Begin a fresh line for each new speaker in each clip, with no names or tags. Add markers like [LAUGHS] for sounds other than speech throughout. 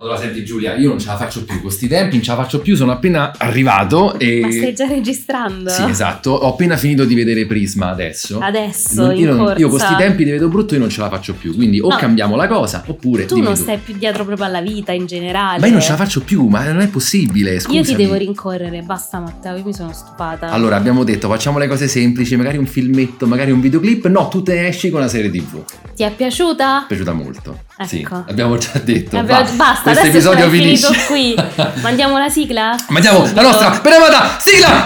Allora senti Giulia, io non ce la faccio più con questi tempi, non ce la faccio più, sono appena arrivato e...
Ma stai già registrando?
Sì, esatto, ho appena finito di vedere Prisma adesso.
Adesso,
Non-
in
io, non-
corsa.
io con questi tempi li vedo brutto, io non ce la faccio più, quindi o
No.
cambiamo la cosa oppure...
Tu
dimmi
non stai più dietro proprio alla vita in generale.
Ma io non ce la faccio più, ma non è possibile, scusami.
Io ti devo rincorrere, basta Matteo, io mi sono stupata.
Allora, abbiamo detto facciamo le cose semplici, magari un filmetto, magari un videoclip. No, tu te ne esci con una serie TV. Mi è
Ti è piaciuta?
piaciuta molto. Sì,
Ecco.
abbiamo già detto.
Abbiamo-
va.
basta,
questo
adesso
episodio
sarà finito
finisce.
qui.
[LAUGHS]
Mandiamo la sigla?
Mandiamo la
Subito.
nostra benemata sigla!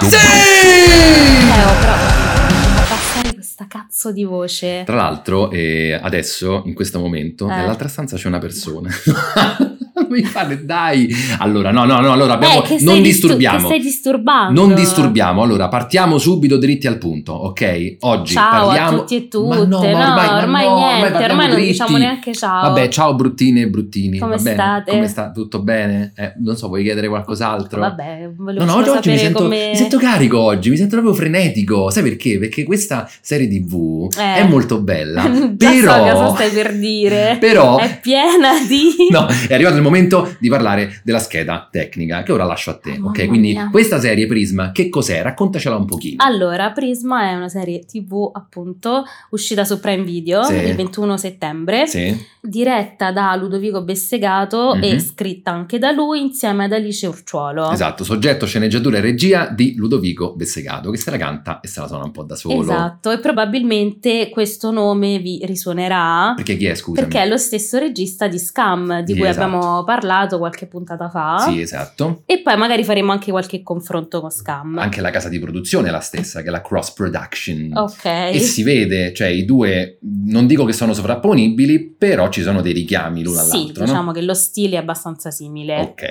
Sì!
Matteo, però fa passare questa cazzo di voce.
Tra l'altro, eh, adesso, in questo momento,
Eh.
nell'altra stanza c'è una persona. [LAUGHS] Non Mi fare, dai! Allora, no, no, no, allora abbiamo,
Eh, che stai
non
distu- che
disturbiamo.
stai disturbando.
Non disturbiamo, allora partiamo subito dritti al punto, ok? Oggi
Ciao
parliamo...
a tutti e
Ma
tutte.
no, ma ormai- ma no, ormai
niente, ormai,
parliamo
non
dritti.
diciamo neanche ciao.
Vabbè, ciao bruttine e bruttini.
Come
va bene?
state?
Come sta? Tutto bene? Eh, non so, vuoi chiedere qualcos'altro?
Vabbè, volevo
No, no,
solo
oggi, oggi mi
sapere
sento,
come...
mi sento carico oggi, mi sento proprio frenetico. Sai perché? Perché questa serie TV
Eh.
è molto bella.
[LAUGHS] Già
però...
so cosa stai per dire.
[LAUGHS]
Eh.
Però...
È piena di...
No, è arrivato il momento di parlare della scheda tecnica, che ora lascio a te.
Ah,
ok,
mamma
quindi
mia.
questa serie Prisma, che cos'è? Raccontacela un pochino.
Allora, Prisma è una serie tv appunto uscita su Prime Video
Sì.
il 21 settembre,
Sì,
diretta da Ludovico Bessegato
Mhm.
e scritta anche da lui insieme ad Alice Urciuolo.
esatto. Soggetto, sceneggiatura e regia di Ludovico Bessegato, che se la canta e se la suona un po' da solo.
Esatto, e probabilmente questo nome vi risuonerà
Perché chi è, scusami?
perché è lo stesso regista di Scam di
Sì,
cui
esatto.
abbiamo parlato qualche puntata fa.
Sì, esatto.
E poi magari faremo anche qualche confronto con Scam.
Anche la casa di produzione è la stessa, che è la cross production.
Ok.
E si vede, cioè i due, non dico che sono sovrapponibili, però ci sono dei richiami l'uno
Sì,
all'altro,
diciamo Eh, che lo stile è abbastanza simile.
no? Ok.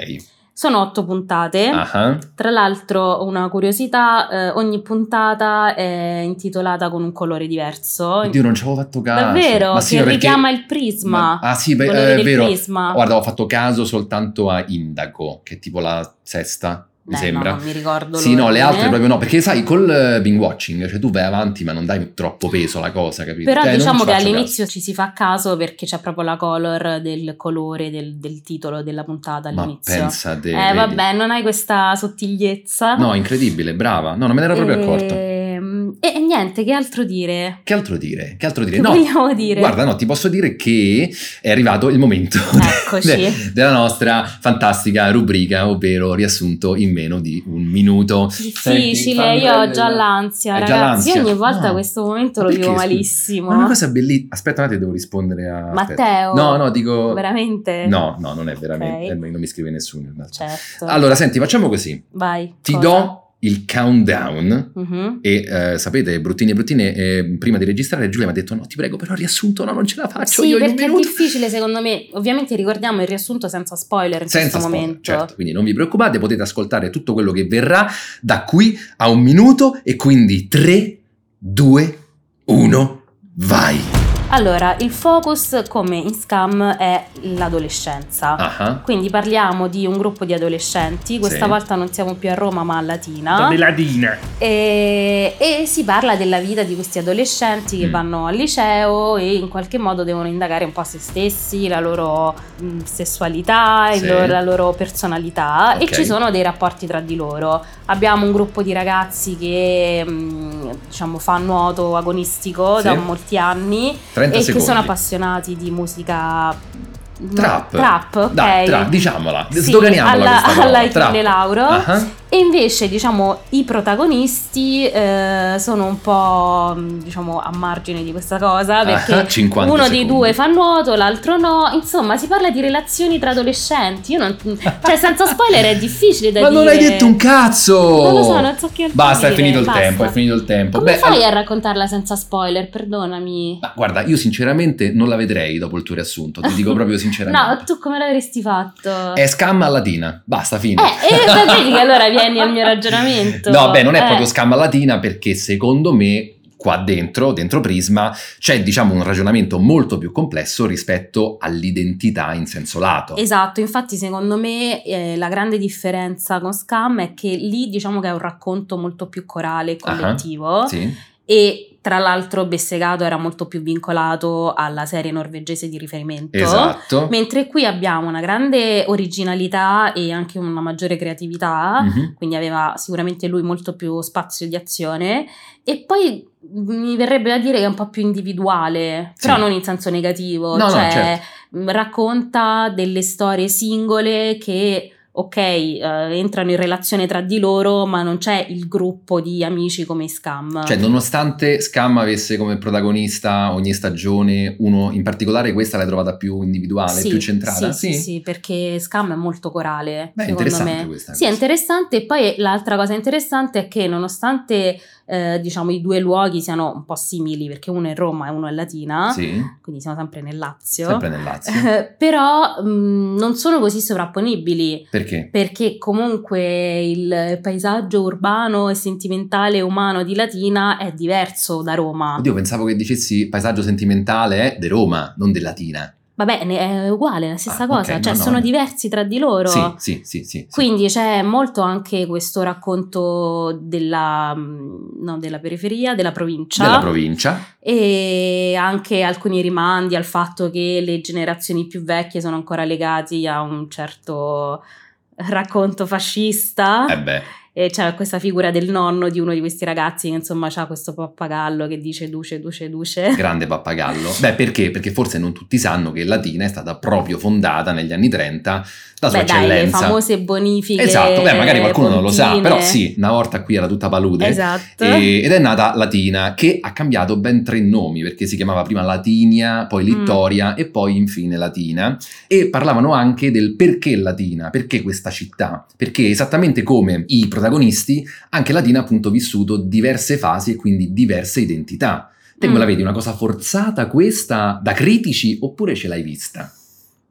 Sono otto puntate.
Ah,
Tra l'altro, una curiosità, eh, ogni puntata è intitolata con un colore diverso.
Oddio, non ci avevo fatto caso.
Davvero,
Ma sì,
che
perché-
richiama il prisma.
Ma- Ah sì, beh,
il
eh,
colore
è
del
vero.
prisma.
Guarda, ho fatto caso soltanto a Indago, che è tipo la sesta, mi
Beh,
sembra.
no, non mi ricordo.
Sì, no, le
l'ordine.
altre proprio no, perché sai, col eh, binge watching, cioè tu vai avanti ma non dai troppo peso alla cosa, capito?
Però
Cioè, non
diciamo
ci
che
faccio
all'inizio ci si fa caso perché c'è proprio la color del colore del, del titolo della puntata
caso. Ma
all'inizio.
pensa te,
eh,
vedi?
vabbè, non hai questa sottigliezza.
No, incredibile, brava. No, non me ne ero proprio accorto.
Ehm, E, e niente, che altro dire?
Che altro dire? Che altro dire?
Che
no,
vogliamo dire?
Guarda, no, ti posso dire che è arrivato il momento
Eccoci.
de- [LAUGHS] della nostra fantastica rubrica, ovvero riassunto in meno di un minuto.
Difficile,
Senti, fammi
io ho
prendere
già
la-
l'ansia,
Hai già
ragazzi. Io
l'ansia?
ogni volta
No.
questo momento lo
Perché,
vivo
scusa?
malissimo.
Ma è una cosa bellissima. Aspetta, un attimo, devo rispondere a. aspetta.
Matteo,
No, no, dico.
veramente?
No, no, non è veramente.
Ok.
eh, Non mi scrive nessuno in realtà.
Certo.
Allora, senti, facciamo così.
vai.
Ti
cosa?
do il countdown.
Mhm.
E eh, sapete, bruttini e bruttine, eh, prima di registrare, Giulia mi ha detto: No, ti prego, però riassunto, no, non ce la faccio.
Sì,
io in un
perché è
minuto.
difficile secondo me. Ovviamente ricordiamo il riassunto senza spoiler in
Senza
questo
spoiler,
momento.
certo. Quindi non vi preoccupate, potete ascoltare tutto quello che verrà da qui a un minuto. E quindi 3, 2, 1, vai.
Allora, il focus come in Scam è l'adolescenza.
Ah,
Quindi parliamo di un gruppo di adolescenti, questa
Sì.
volta non siamo più a Roma ma a Latina.
ladina.
E, e si parla della vita di questi adolescenti che
Mm.
vanno al liceo e in qualche modo devono indagare un po' se stessi, la loro mh, sessualità, il
Sì.
loro- la loro personalità
Ok.
e ci sono dei rapporti tra di loro. Abbiamo un gruppo di ragazzi che mh, diciamo fa nuoto agonistico
Sì.
da molti anni
30
e che
secondi.
sono appassionati di musica no,
Trap.
trap, ok.
Dai, tra- diciamola,
Sì,
sdoganiamola
[LAUGHS] alla,
questa parola.
alla Achille
Trap.
Lauro
Ah,
E invece, diciamo, i protagonisti eh, sono un po', mh, diciamo, a margine di questa cosa, perché
[LAUGHS] Ah, 50
uno dei
secondi.
due fa nuoto, l'altro no. Insomma, si parla di relazioni tra adolescenti. Io non... Cioè, senza spoiler è difficile
[LAUGHS]
da
Ma
dire.
non hai detto un cazzo!
Non lo so, non so che altro
Basta, è
dire,
finito il
basta.
tempo, è finito il tempo.
Come
Beh,
fai
allora-
a raccontarla senza spoiler? Perdonami.
Ma guarda, io sinceramente non la vedrei dopo il tuo riassunto, ti dico proprio sinceramente.
[LAUGHS]
Eh,
No, tu come l'avresti fatto?
È scamma latina, basta, fine.
Eh, eh, beh, vedi che allora vieni al mio ragionamento.
No, beh, non è
Eh.
proprio scamma latina perché secondo me qua dentro, dentro Prisma, c'è diciamo un ragionamento molto più complesso rispetto all'identità in senso lato.
Esatto, infatti secondo me eh, la grande differenza con Scam è che lì diciamo che è un racconto molto più corale e collettivo
Sì?
e tra l'altro Bessegato era molto più vincolato alla serie norvegese di riferimento.
Esatto.
Mentre qui abbiamo una grande originalità e anche una maggiore creatività,
Mhm.
quindi aveva sicuramente lui molto più spazio di azione e poi mi verrebbe da dire che è un po' più individuale,
Sì.
però non in senso negativo,
No, no,
cioè
certo.
mh, racconta delle storie singole che ok, eh, entrano in relazione tra di loro, ma non c'è il gruppo di amici come in Scam.
Cioè, nonostante Scam avesse come protagonista ogni stagione uno in particolare, questa l'hai trovata più individuale,
Sì,
più centrata.
Sì, sì, sì, perché Scam è molto corale,
Beh,
secondo
interessante
me.
questa
Sì, è
cosa.
interessante. E poi l'altra cosa interessante è che nonostante eh, diciamo i due luoghi siano un po' simili, perché uno è Roma e uno è Latina,
Sì,
quindi siamo sempre nel Lazio, [LAUGHS]
sempre nel Lazio.
però mh, non sono così sovrapponibili.
Perché?
Perché comunque il paesaggio urbano e sentimentale umano di Latina è diverso da Roma.
Oddio, pensavo che dicessi paesaggio sentimentale è de Roma, non de Latina.
Vabbè, ne- è uguale, è la stessa
Ah,
cosa,
ok,
cioè
no, no,
sono
no.
diversi tra di loro.
Sì, sì, sì, sì. sì.
Quindi c'è molto anche questo racconto della, mh, no, della periferia, della provincia
Della provincia.
e anche alcuni rimandi al fatto che le generazioni più vecchie sono ancora legate a un certo racconto fascista.
Eh beh,
E c'è questa figura del nonno di uno di questi ragazzi che insomma ha questo pappagallo che dice duce, duce, duce.
grande pappagallo. Beh, perché? Perché forse non tutti sanno che Latina è stata proprio fondata negli anni 30 da sua
Beh dai, le
eccellenza.
famose bonifiche.
Esatto, beh, magari qualcuno non lo sa,
pontine.
però sì, una volta qui era tutta palude.
Esatto.
E- ed è nata Latina, che ha cambiato ben tre nomi, perché si chiamava prima Latinia,
Mm.
poi Littoria e poi infine Latina. E parlavano anche del perché Latina, perché questa città, perché esattamente come i protagonisti, anche Latina ha appunto vissuto diverse fasi e quindi diverse identità. Te come
Mm.
la vedi? Una cosa forzata questa da critici oppure ce l'hai vista?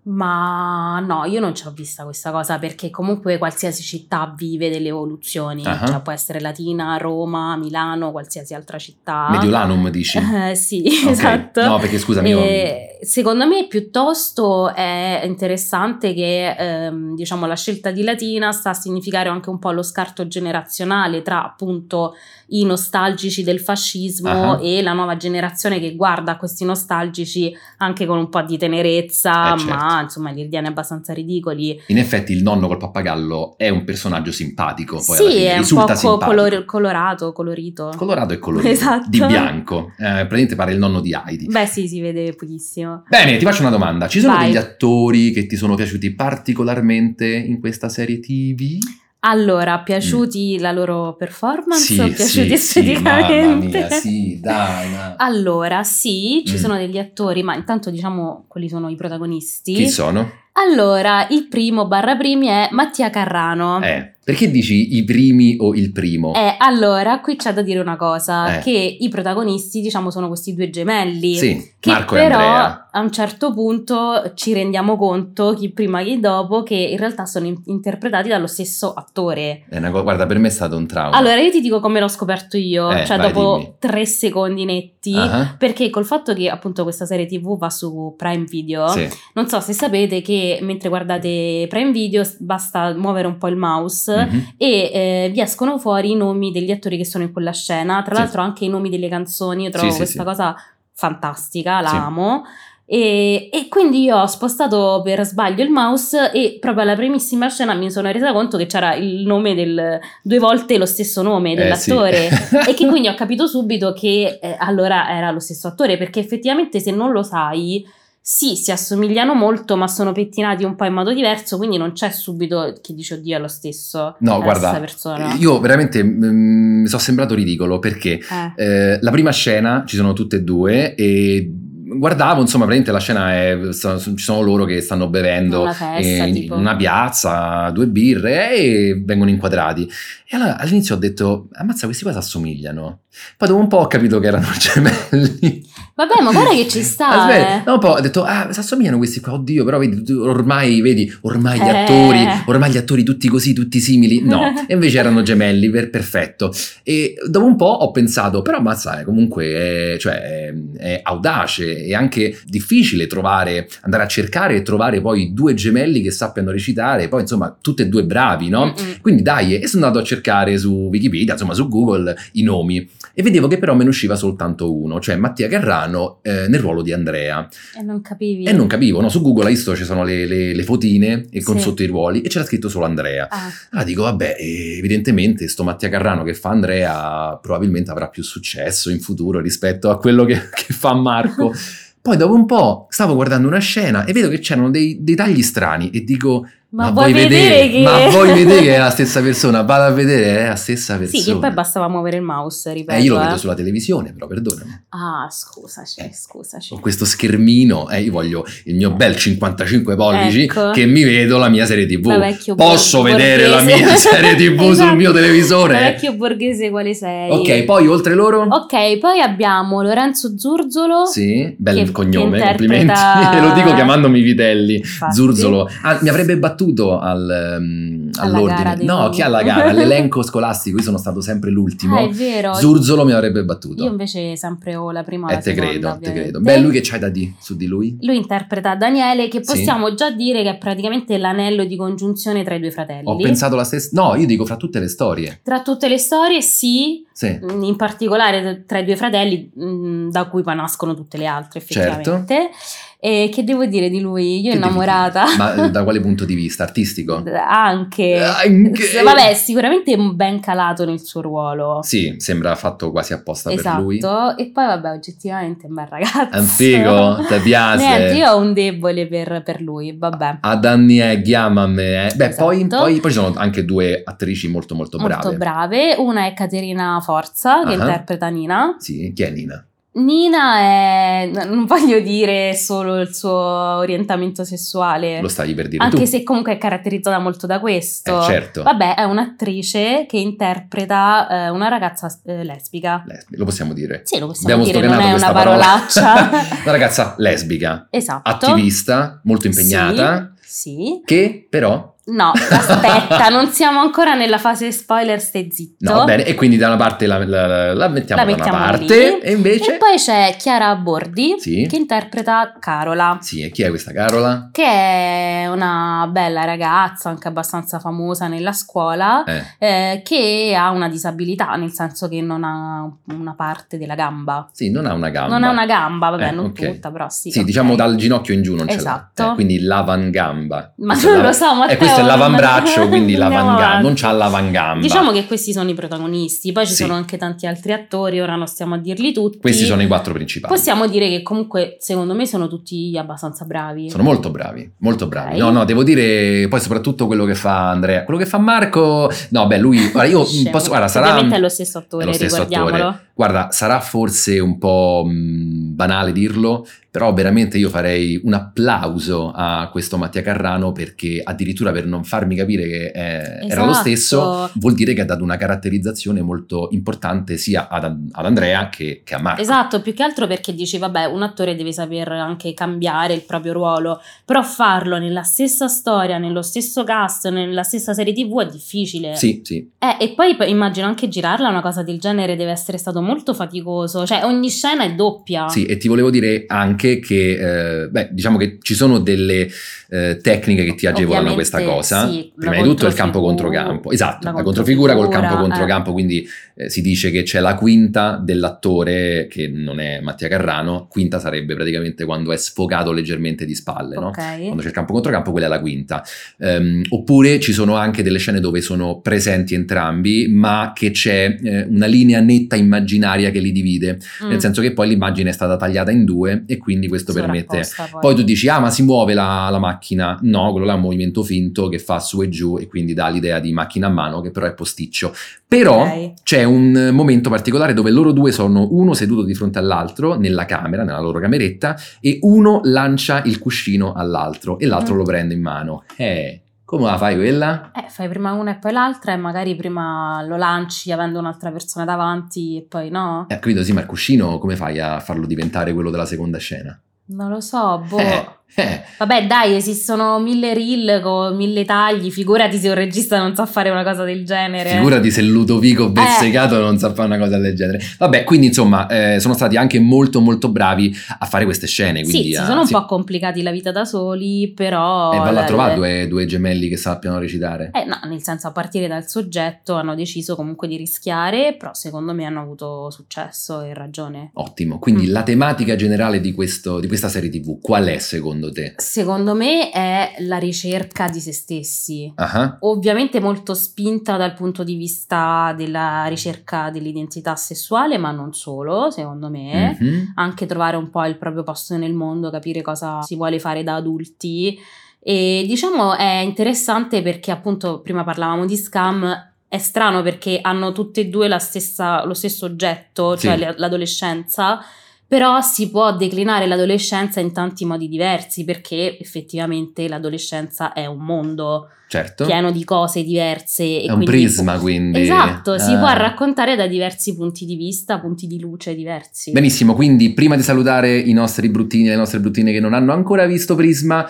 Ma no, io non ci ho vista questa cosa perché comunque qualsiasi città vive delle evoluzioni,
Ah.
cioè può essere Latina, Roma, Milano, qualsiasi altra città.
Mediolanum
[LAUGHS]
dici?
Eh, sì,
Ok.
Ah. esatto.
No, perché scusami, io-
Eh, secondo me piuttosto è interessante che ehm, diciamo, la scelta di Latina sta a significare anche un po' lo scarto generazionale tra appunto i nostalgici del fascismo
Ah.
e la nuova generazione che guarda a questi nostalgici anche con un po' di tenerezza,
Eh, certo.
ma insomma li ritiene abbastanza ridicoli.
In effetti il nonno col pappagallo è un personaggio simpatico, poi alla
sì,
fine
è un po'
risulta
co-
simpatico.
color- colorato, colorito.
Colorato
[LAUGHS]
e colorito,
Esatto.
di bianco, eh, praticamente pare il nonno di Heidi.
Beh sì, si vede pochissimo.
Bene, ti faccio una domanda. Ci sono
Vai.
degli attori che ti sono piaciuti particolarmente in questa serie TV?
Allora, piaciuti la loro performance?
Mm. sì,
piaciuti
sì, sì,
esteticamente?
mamma mia, sì, dai.
[LAUGHS]
ma-
Allora, sì, ci
Mm.
sono degli attori, ma intanto diciamo quali sono i protagonisti.
Chi sono?
Allora, il primo barra primi è Mattia Carrano.
Eh, perché dici i primi o il primo?
Eh, allora, qui c'è da dire una cosa,
Eh.
che i protagonisti, diciamo, sono questi due gemelli.
sì,
Che
Marco e
però
Andrea.
a un certo punto ci rendiamo conto, chi prima chi dopo, che in realtà sono in- interpretati dallo stesso attore.
È una co- guarda, per me è stato un trauma.
Allora, io ti dico come l'ho scoperto io,
Ah. Eh,
cioè
vai,
dopo
dimmi.
tre secondi netti.
Ah,
Perché col fatto che appunto questa serie TV va su Prime Video,
sì.
non so se sapete che mentre guardate Prime Video s- basta muovere un po' il mouse
Mhm.
e eh, vi escono fuori i nomi degli attori che sono in quella scena, tra
Sì.
l'altro anche i nomi delle canzoni, io trovo
Sì, sì,
questa
sì.
cosa fantastica, la
Sì.
amo. E, e quindi io ho spostato per sbaglio il mouse e proprio alla primissima scena mi sono resa conto che c'era il nome del due volte lo stesso nome
Eh, [LAUGHS]
dell'attore
sì.
e che quindi ho capito subito che eh, allora era lo stesso attore perché effettivamente se non lo sai sì, si assomigliano molto, ma sono pettinati un po' in modo diverso, quindi non c'è subito chi dice oddio è lo stesso.
No,
è
guarda,
la
[LAUGHS]
persona.
io veramente mm, mi sono sembrato ridicolo perché
Eh.
eh, la prima scena ci sono tutte e due e guardavo, insomma, praticamente la scena è so- ci sono loro che stanno bevendo
Una festa,
eh, in
tipo.
una piazza, due birre e vengono inquadrati. E allora all'inizio ho detto "Ammazza, questi qua si assomigliano". Poi dopo un po' ho capito che erano [LAUGHS] gemelli.
Vabbè, ma guarda
[LAUGHS]
che ci sta.
Aspetta,
eh.
no, poi ho detto, ah, si assomigliano questi qua, oddio, però vedi, tu- ormai, vedi, ormai gli
Eh.
attori, ormai gli attori tutti così, tutti simili,
[LAUGHS]
no, e invece erano gemelli, per- perfetto. E dopo un po' ho pensato, però ammazza, eh, comunque è, cioè, è- è audace e anche difficile trovare, andare a cercare e trovare poi due gemelli che sappiano recitare, poi insomma, tutti e due bravi, no?
Mm-mm.
Quindi dai, e sono andato a cercare su Wikipedia, insomma su Google, i nomi e vedevo che però me ne usciva soltanto uno, cioè Mattia Carrano eh, nel ruolo di Andrea.
E non capivi.
E non capivo, no? su Google hai visto ci sono le, le- le fotine e con
Sì.
sotto i ruoli e c'era scritto solo Andrea.
Ah,
Allora dico, vabbè, eh, evidentemente sto Mattia Carrano che fa Andrea probabilmente avrà più successo in futuro rispetto a quello che, [LAUGHS] che fa Marco. Poi dopo un po' stavo guardando una scena e vedo che c'erano dei, dei tagli strani e dico,
ma, vuoi vedere, che... [LAUGHS]
ma vuoi vedere che è la stessa persona? Vado a vedere, eh, è la stessa persona.
Sì, che poi bastava muovere il mouse, ripeto.
Eh, io lo vedo
eh.
sulla televisione, però perdonami.
Ah, scusaci,
Eh. Ho
scusaci.
questo schermino, eh, io voglio il mio bel 55 pollici
Ecco.
che mi vedo la mia serie TV.
Da vecchio
boh, Posso
bor-
vedere la
borghese.
mia
[LAUGHS]
serie TV sul
Esatto.
mio
Da
televisore?
vecchio borghese quale sei?
Ok, poi oltre loro?
Ok, poi abbiamo Lorenzo Zurzolo.
Sì, bel
Che-
cognome,
che
complimenti.
interpreta-
E [LAUGHS] lo dico chiamandomi Vitelli.
Infatti.
Zurzolo. Ah, mi avrebbe battuto al, ehm,
Alla gara
all'ordine.
dei-
No, chi alla
[LAUGHS]
gara? All'elenco scolastico, io sono stato sempre l'ultimo.
Ah, è vero.
Zurzolo mi avrebbe battuto.
Io invece sempre ho la prima o
E
la
te
seconda,
credo, te
ovviamente.
credo. Beh, lui che c'hai da dire su di lui?
Lui interpreta Daniele, che
Sì.
possiamo già dire che è praticamente l'anello di congiunzione tra i due fratelli.
Ho pensato la stessa. No, io dico fra tutte le storie.
Tra tutte le storie, sì, mm,
Sì.
in particolare tra i due fratelli, mh, da cui poi nascono tutte le altre, effettivamente. E che devo dire di lui? Io
Certo. Che
innamorata.
devi dire? Ma eh, da quale punto di vista? Artistico?
[LAUGHS]
Eh,
Anche.
Anche-
S- Vabbè, sicuramente ben calato nel suo ruolo.
Sì, sembra fatto quasi apposta per lui.
Esatto, e poi vabbè, oggettivamente è un bel ragazzo.
È un
[LAUGHS]
figo, ti piace.
Niente, io ho un debole per, per lui, vabbè.
Ad anni è chiamame. eh. Beh,
Esatto.
poi, poi- poi ci sono anche due attrici molto molto brave.
Molto brave. Una è Caterina Forza, che
Ah.
interpreta Nina.
Sì, chi è Nina?
Nina è, n- non voglio dire solo il suo orientamento sessuale,
Lo stavi per dire
anche
tu.
se comunque è caratterizzata molto da questo.
Eh, certo.
Vabbè, è un'attrice che interpreta eh, una ragazza eh, lesbica.
Lesbi- Lo possiamo dire.
Sì, lo possiamo dire, non
sdoganato
è
questa
una
parola. [LAUGHS]
parolaccia.
una ragazza lesbica,
esatto.
attivista, molto impegnata,
Sì. sì.
che però
No, aspetta, non siamo ancora nella fase spoiler, stai zitto.
No, va bene, e quindi da una parte la, la- la mettiamo,
La
da una
mettiamo
parte,
lì.
e invece...
E poi c'è Chiara Bordi
Sì.
che interpreta Carola,
Sì, e chi è questa Carola?
che è una bella ragazza, anche abbastanza famosa nella scuola,
Eh,
eh, che ha una disabilità, nel senso che non ha una parte della gamba.
sì, non ha una gamba.
Non ha una gamba, vabbè,
Eh,
non
ok.
tutta, però sì.
Sì,
ok.
diciamo dal ginocchio in giù non ce l'ha.
Esatto.
Eh, quindi l'avangamba.
Ma
Questo è cioè
non
la-
lo so, Matteo.
E questo è
non-
l'avambraccio, quindi
[LAUGHS] Andiamo
l'avangamba.
avanti.
Non c'ha l'avangamba.
Diciamo che questi sono i protagonisti, poi ci
Sì.
sono anche tanti altri attori, ora non stiamo a dirli tutti.
Questi sono i quattro principali.
Possiamo dire che comunque secondo me sono tutti abbastanza bravi.
Sono molto bravi, molto bravi.
Ok.
No, no, devo dire poi soprattutto quello che fa Andrea. Quello che fa Marco... No, beh, lui... Guarda, io mm,
Scemo.
posso... Guarda, sarà...
Ovviamente è lo stesso attore,
è lo stesso
ricordiamolo.
Guarda, sarà forse un po' mh, banale dirlo, però veramente io farei un applauso a questo Mattia Carrano perché addirittura per non farmi capire che eh, era lo
Esatto.
stesso, vuol dire che ha dato una caratterizzazione molto importante sia ad, ad Andrea che, che a Marco.
Esatto, più che altro perché dici, vabbè, un attore deve saper anche cambiare il proprio ruolo, però farlo nella stessa storia, nello stesso cast, nella stessa serie TV è difficile.
Sì, sì.
Eh, e poi p- immagino anche girarla una cosa del genere deve essere stato molto faticoso, cioè ogni scena è doppia.
Sì, e ti volevo dire anche che, eh, beh, diciamo che ci sono delle eh, tecniche che ti agevolano
Ovviamente,
questa cosa.
sì, la
Prima di tutto il campo contro
controfigura-
campo. Esatto,
la
la controfigura col campo
controfigura,
contro
eh.
campo, quindi eh, si dice che c'è la quinta dell'attore che non è Mattia Carrano, quinta sarebbe praticamente quando è sfocato leggermente di spalle, no?
Ok.
Quando c'è il campo contro campo, quella è la quinta. Ehm, oppure ci sono anche delle scene dove sono presenti entrambi, ma che c'è eh, una linea netta immaginata immaginaria che li divide,
Mm.
nel senso che poi l'immagine è stata tagliata in due e quindi questo permette
Sovrapposta
poi tu dici, ah, ma si muove la, la macchina. No, quello là è un movimento finto che fa su e giù e quindi dà l'idea di macchina a mano, che però è posticcio. Però
Ok.
c'è un eh, momento particolare dove loro due sono uno seduto di fronte all'altro nella camera, nella loro cameretta, e uno lancia il cuscino all'altro e l'altro
Mm.
lo prende in mano. Eh, come la fai quella?
Eh, fai prima una e poi l'altra e magari prima lo lanci avendo un'altra persona davanti e poi no?
Eh, capito, sì, ma il cuscino come fai a farlo diventare quello della seconda scena?
Non lo so, boh.
Eh, eh.
Vabbè, dai, esistono mille reel con mille tagli, figurati se un regista non sa fare una cosa del genere. Eh.
Figurati se Ludovico Bezzecato non sa fare una cosa del genere. Vabbè, quindi insomma, eh, sono stati anche molto molto bravi a fare queste scene.
Sì,
Quindi
si
a-
sono un
sì.
po' complicati la vita da soli, però...
E vanno a
la-
trovare due, due gemelli che sappiano recitare.
Eh, no, nel senso a partire dal soggetto hanno deciso comunque di rischiare, però secondo me hanno avuto successo e ragione.
Ottimo. Quindi
Mm.
la tematica generale di, questo- di questa serie TV qual è secondo te?
Secondo me è la ricerca di se stessi.
Ah,
Ovviamente molto spinta dal punto di vista della ricerca dell'identità sessuale, ma non solo, secondo me.
mhm.
Anche trovare un po' il proprio posto nel mondo, capire cosa si vuole fare da adulti. E diciamo è interessante perché appunto prima parlavamo di scam. È strano perché hanno tutte e due la stessa- lo stesso oggetto, cioè
Sì.
le- l'adolescenza, però si può declinare l'adolescenza in tanti modi diversi perché effettivamente l'adolescenza è un mondo
Certo.
pieno di cose diverse. E
È un
quindi-
prisma quindi.
Esatto, si
Ah.
può raccontare da diversi punti di vista, punti di luce diversi.
Benissimo, quindi prima di salutare i nostri bruttini e le nostre bruttine che non hanno ancora visto Prisma,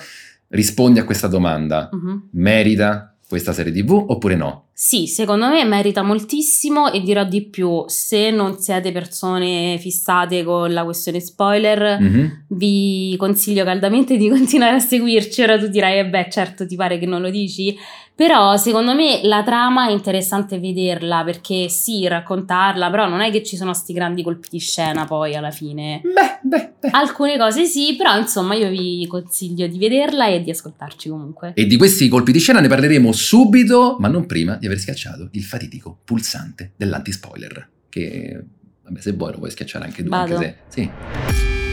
rispondi a questa domanda.
Mhm.
merita questa serie TV oppure no?
Sì, secondo me merita moltissimo e dirò di più, se non siete persone fissate con la questione spoiler,
Mhm.
vi consiglio caldamente di [LAUGHS] continuare a seguirci. Ora tu dirai, eh beh, certo, ti pare che non lo dici, però secondo me la trama è interessante vederla perché sì, raccontarla, però non è che ci sono sti grandi colpi di scena poi
[LAUGHS]
alla fine.
Beh, beh, beh.
Alcune cose sì, però insomma io vi consiglio di vederla e di ascoltarci comunque.
E di questi colpi di scena ne parleremo subito, ma non prima di aver schiacciato il fatidico pulsante dell'antispoiler. Che, vabbè, se vuoi lo puoi schiacciare anche tu,
Vado.
anche se...
[LAUGHS]
Sì.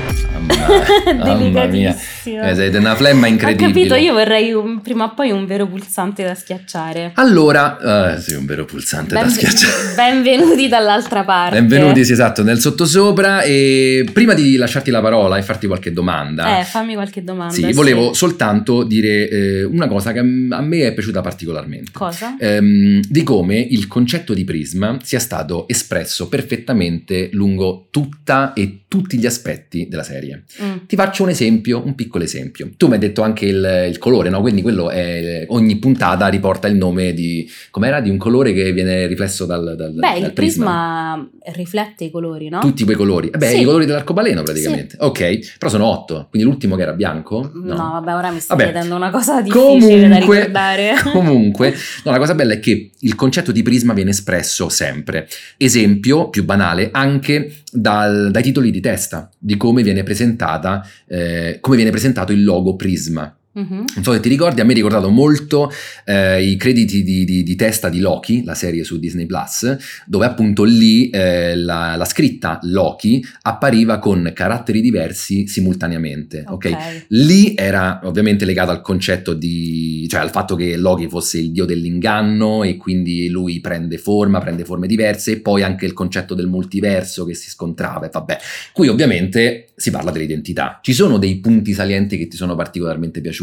Mamma, mamma mia.
[LAUGHS] Delicatissimo.
Eh, siete una flemma incredibile.
Ho capito, io vorrei un- prima o poi un vero pulsante da schiacciare.
Allora, eh, sì, un vero pulsante da
Benve- [LAUGHS]
schiacciare. [LAUGHS]
Benvenuti dall'altra parte.
Benvenuti, sì, esatto, nel sottosopra. E prima di lasciarti la parola e farti qualche domanda,
Eh, fammi qualche domanda.
Sì, volevo soltanto dire eh, una cosa che mm, a me è piaciuta particolarmente.
Cosa?
Ehm, di come il concetto di prisma sia stato espresso perfettamente lungo tutta e tutti gli aspetti della serie.
Mm.
Ti faccio un esempio, un piccolo esempio. Tu mi hai detto anche il, il colore, no? Quindi quello è ogni puntata riporta il nome di com'era di un colore che viene riflesso dal, dal,
Beh,
dal
il prisma riflette i colori, no?
Tutti quei colori. Eh Beh,
Sì.
i colori dell'arcobaleno praticamente. Ok, però sono otto. Quindi l'ultimo che era bianco?
No, vabbè, ora mi stai
Vabbè.
chiedendo una cosa difficile da ricordare.
[LAUGHS] Comunque, no, la cosa bella è che il concetto di prisma viene espresso sempre. Esempio più banale anche dal- dai titoli di testa, di come viene presentata, eh, come viene presentato il logo prisma.
Mhm.
Non so se ti ricordi, a me ha ricordato molto eh, i crediti di, di- di testa di Loki, la serie su Disney Plus, dove appunto lì eh, la, la scritta Loki appariva con caratteri diversi simultaneamente. Eh, ok?
ok.
Lì era ovviamente legato al concetto di, cioè al fatto che Loki fosse il dio dell'inganno e quindi lui prende forma, prende forme diverse e poi anche il concetto del multiverso che si scontrava e vabbè. Qui ovviamente si parla dell'identità. Ci sono dei punti salienti che ti sono particolarmente piaciuti?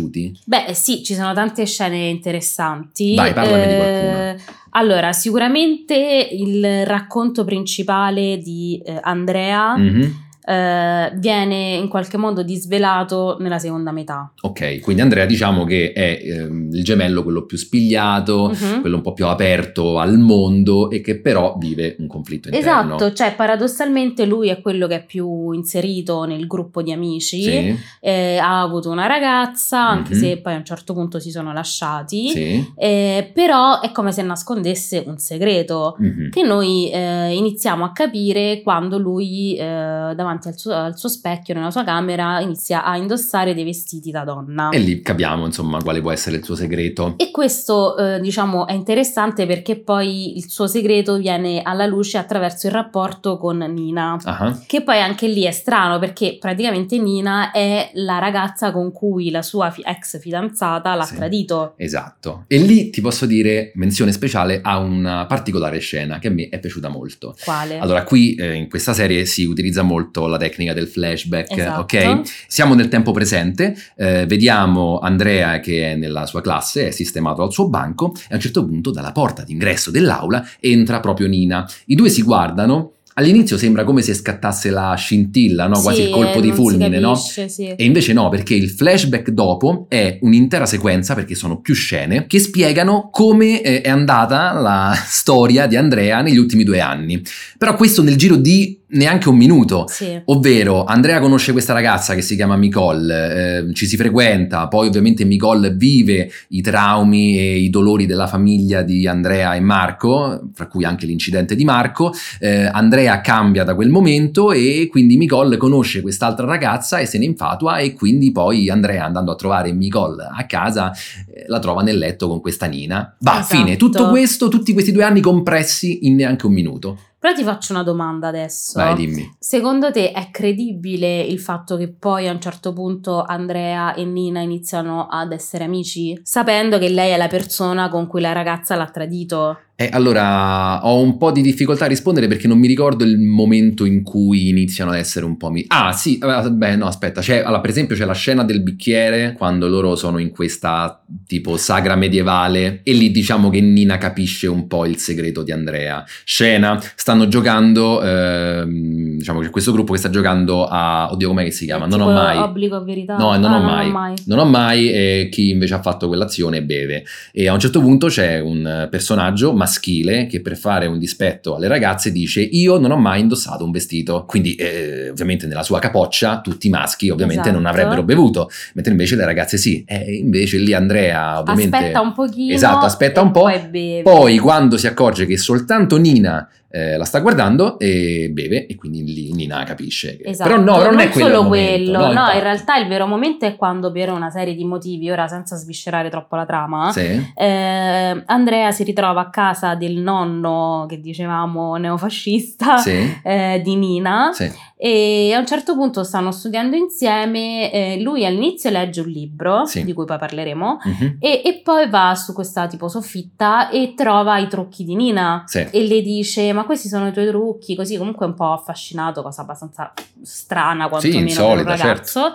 Beh, sì, ci sono tante scene interessanti. Eh,
Vai, parlane di qualcuna.
Allora, sicuramente il racconto principale di eh, Andrea
Mhm.
eh, viene in qualche modo disvelato nella seconda metà.
Ok, quindi Andrea diciamo che è ehm, il gemello quello più spigliato,
Mhm.
quello un po' più aperto al mondo e che però vive un conflitto interno.
Esatto, cioè paradossalmente lui è quello che è più inserito nel gruppo di amici,
Sì,
eh, ha avuto una ragazza, anche
Mhm.
se poi a un certo punto si sono lasciati,
sì.
eh, però è come se nascondesse un segreto.
Mhm.
che noi eh, iniziamo a capire quando lui eh, davanti davanti al suo, al suo specchio, nella sua camera, inizia a indossare dei vestiti da donna.
E lì capiamo insomma quale può essere il suo segreto.
E questo, eh, diciamo, è interessante perché poi il suo segreto viene alla luce attraverso il rapporto con Nina.
Ah,
Che poi anche lì è strano perché praticamente Nina è la ragazza con cui la sua fi- ex fidanzata l'ha
Sì.
tradito.
Esatto. E lì ti posso dire menzione speciale a una particolare scena che a me è piaciuta molto.
Quale?
Allora, qui eh, in questa serie si utilizza molto la tecnica del flashback,
Esatto.
ok? Siamo nel tempo presente, eh, vediamo Andrea che è nella sua classe, è sistemato al suo banco e a un certo punto dalla porta d'ingresso dell'aula entra proprio Nina. I due si guardano, all'inizio sembra come se scattasse la scintilla, no? quasi
Sì,
il colpo
eh,
di
non si
fulmine, no?
capisce, sì.
E invece no, perché il flashback dopo è un'intera sequenza, perché sono più scene, che spiegano come eh, è andata la [LAUGHS] storia di Andrea negli ultimi due anni. Però questo nel giro di neanche un minuto.
Sì.
Ovvero, Andrea conosce questa ragazza che si chiama Nicole, eh, ci si frequenta, poi ovviamente Nicole vive i traumi e i dolori della famiglia di Andrea e Marco, fra cui anche l'incidente di Marco. Eh, Andrea cambia da quel momento e quindi Nicole conosce quest'altra ragazza e se ne infatua e quindi poi Andrea andando a trovare Nicole a casa eh, la trova nel letto con questa Nina. Va,
Esatto.
fine. Tutto questo, tutti questi due anni compressi in neanche un minuto.
Però ti faccio una domanda adesso.
Vai, dimmi.
Secondo te è credibile il fatto che poi a un certo punto Andrea e Nina iniziano ad essere amici, sapendo che lei è la persona con cui la ragazza l'ha tradito?
Eh, allora, ho un po' di difficoltà a rispondere perché non mi ricordo il momento in cui iniziano ad essere un po' mi- Ah, sì, eh, beh, no, aspetta. C'è, allora, per esempio, c'è la scena del bicchiere quando loro sono in questa tipo sagra medievale e lì diciamo che Nina capisce un po' il segreto di Andrea. Scena, stanno giocando, ehm, diciamo che questo gruppo che sta giocando a... Oddio, com'è che si chiama? Non ho
Tipo
mai...
Obbligo a verità?
No, non
Ah,
ho mai. Non ho mai eh, chi invece ha fatto quell'azione beve. E a un certo punto c'è un eh, personaggio maschile che per fare un dispetto alle ragazze dice io non ho mai indossato un vestito. Quindi eh, ovviamente nella sua capoccia tutti i maschi ovviamente non
Esatto.
avrebbero bevuto, mentre invece le ragazze sì. E invece lì Andrea ovviamente...
Aspetta un pochino.
Esatto, aspetta
e
un po',
Poi bevi.
Poi quando si accorge che soltanto Nina eh, la sta guardando e beve e quindi lì Nina capisce. che-
Esatto.
Però no, però non, è
Non
quello. il
solo
momento,
quello, no,
infatti.
in realtà il vero momento è quando per una serie di motivi, ora senza sviscerare troppo la trama,
Sì.
eh, Andrea si ritrova a casa del nonno che dicevamo neofascista
Sì.
eh, di Nina
Sì.
e a un certo punto stanno studiando insieme, eh, lui all'inizio legge un libro
Sì.
di cui poi parleremo
Mhm.
e, e poi va su questa tipo soffitta e trova i trucchi di Nina
Sì.
e le dice ma questi sono i tuoi trucchi così comunque è un po' affascinato cosa abbastanza strana quantomeno per un
insolita, certo.
ragazzo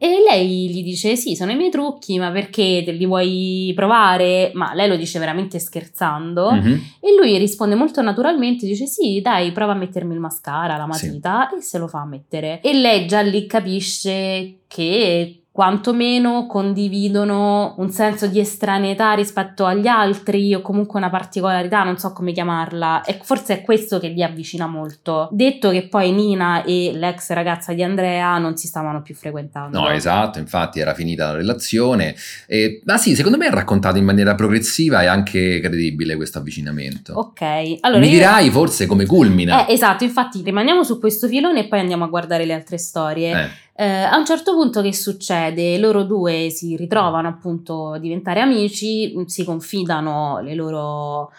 e lei gli dice sì sono i miei trucchi ma perché te li vuoi provare ma lei lo dice veramente scherzando
Mhm.
e lui risponde molto naturalmente, dice sì, dai, prova a mettermi il mascara, la
Sì.
matita, e se lo fa mettere. E lei già lì capisce che quantomeno condividono un senso di estraneità rispetto agli altri o comunque una particolarità, non so come chiamarla, e forse è questo che li avvicina molto. Detto che poi Nina e l'ex ragazza di Andrea non si stavano più frequentando.
No, esatto, infatti era finita la relazione. E, ma sì, secondo me è raccontato in maniera progressiva e anche credibile questo avvicinamento.
Ok, allora
Mi
io-
dirai forse come culmina.
Eh, esatto, infatti rimaniamo su questo filone e poi andiamo a guardare le altre storie.
Eh,
Eh, a un certo punto che succede? Loro due si ritrovano appunto a diventare amici, mh, si confidano le loro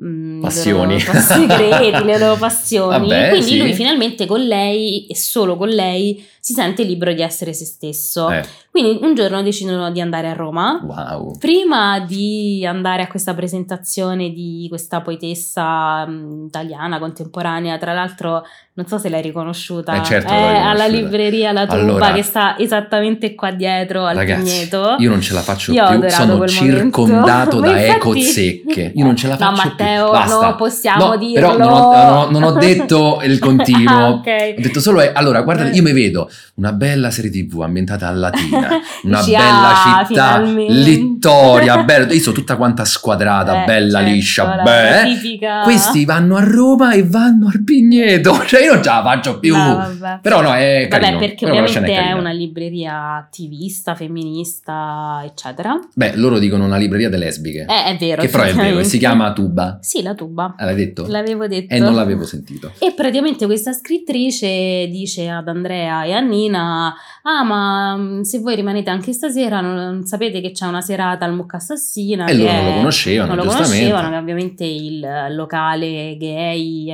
mh, i
Passioni.
loro pas-
[LAUGHS]
segreti, le loro passioni.
Vabbè,
Quindi
sì.
lui finalmente con lei e solo con lei si sente libero di essere se stesso.
eh,
Quindi un giorno decidono di andare a Roma.
Wow.
Prima di andare a questa presentazione di questa poetessa mh, italiana contemporanea, tra l'altro non so se l'hai riconosciuta,
Eh, certo che
è
l'ho riconosciuta.
alla libreria La Tuba
Allora,
che sta esattamente qua dietro al
Ragazzi,
vigneto.
io non ce la faccio
Io ho
più,
adorato
sono
quel
circondato
[LAUGHS] momento.
da
Ma
eco
infatti-
secche. Io non ce la
No,
faccio
Matteo,
più. Basta.
no, possiamo
No, però
dirlo.
non ho- non ho- non
[LAUGHS]
ho detto il continuo.
Ah, ok.
Ho detto solo, eh, allora, guardate, io mi vedo una bella serie tv ambientata a
[LAUGHS]
Latina, una
Dici,
bella
"Ah,
città,
finalmente." [LAUGHS]
Littoria, bello. Io sono tutta quanta squadrata,
Eh,
bella,
certo,
liscia,
la
beh. eh.
tipica-
Questi vanno a Roma e vanno al Pigneto, [LAUGHS] cioè io non ce la faccio più.
No, vabbè.
Però no, è carino.
Vabbè, perché
Però la scena
ovviamente è,
carina.
una libreria attivista, femminista, eccetera.
Beh, loro dicono una libreria delle lesbiche,
Eh, è vero.
che però è vero, e
effettivamente.
si chiama Tuba.
Sì, la tuba.
Ah, L'hai detto?
L'avevo detto.
E non l'avevo sentito.
E praticamente questa scrittrice dice ad Andrea e a Nina: Ah, ma mm, se voi rimanete anche stasera, non, non sapete che c'è una serata al Mucca Assassina.
E
che
loro non lo
è-
conoscevano,
Eh, non lo
giustamente.
conoscevano, che è ovviamente il locale gay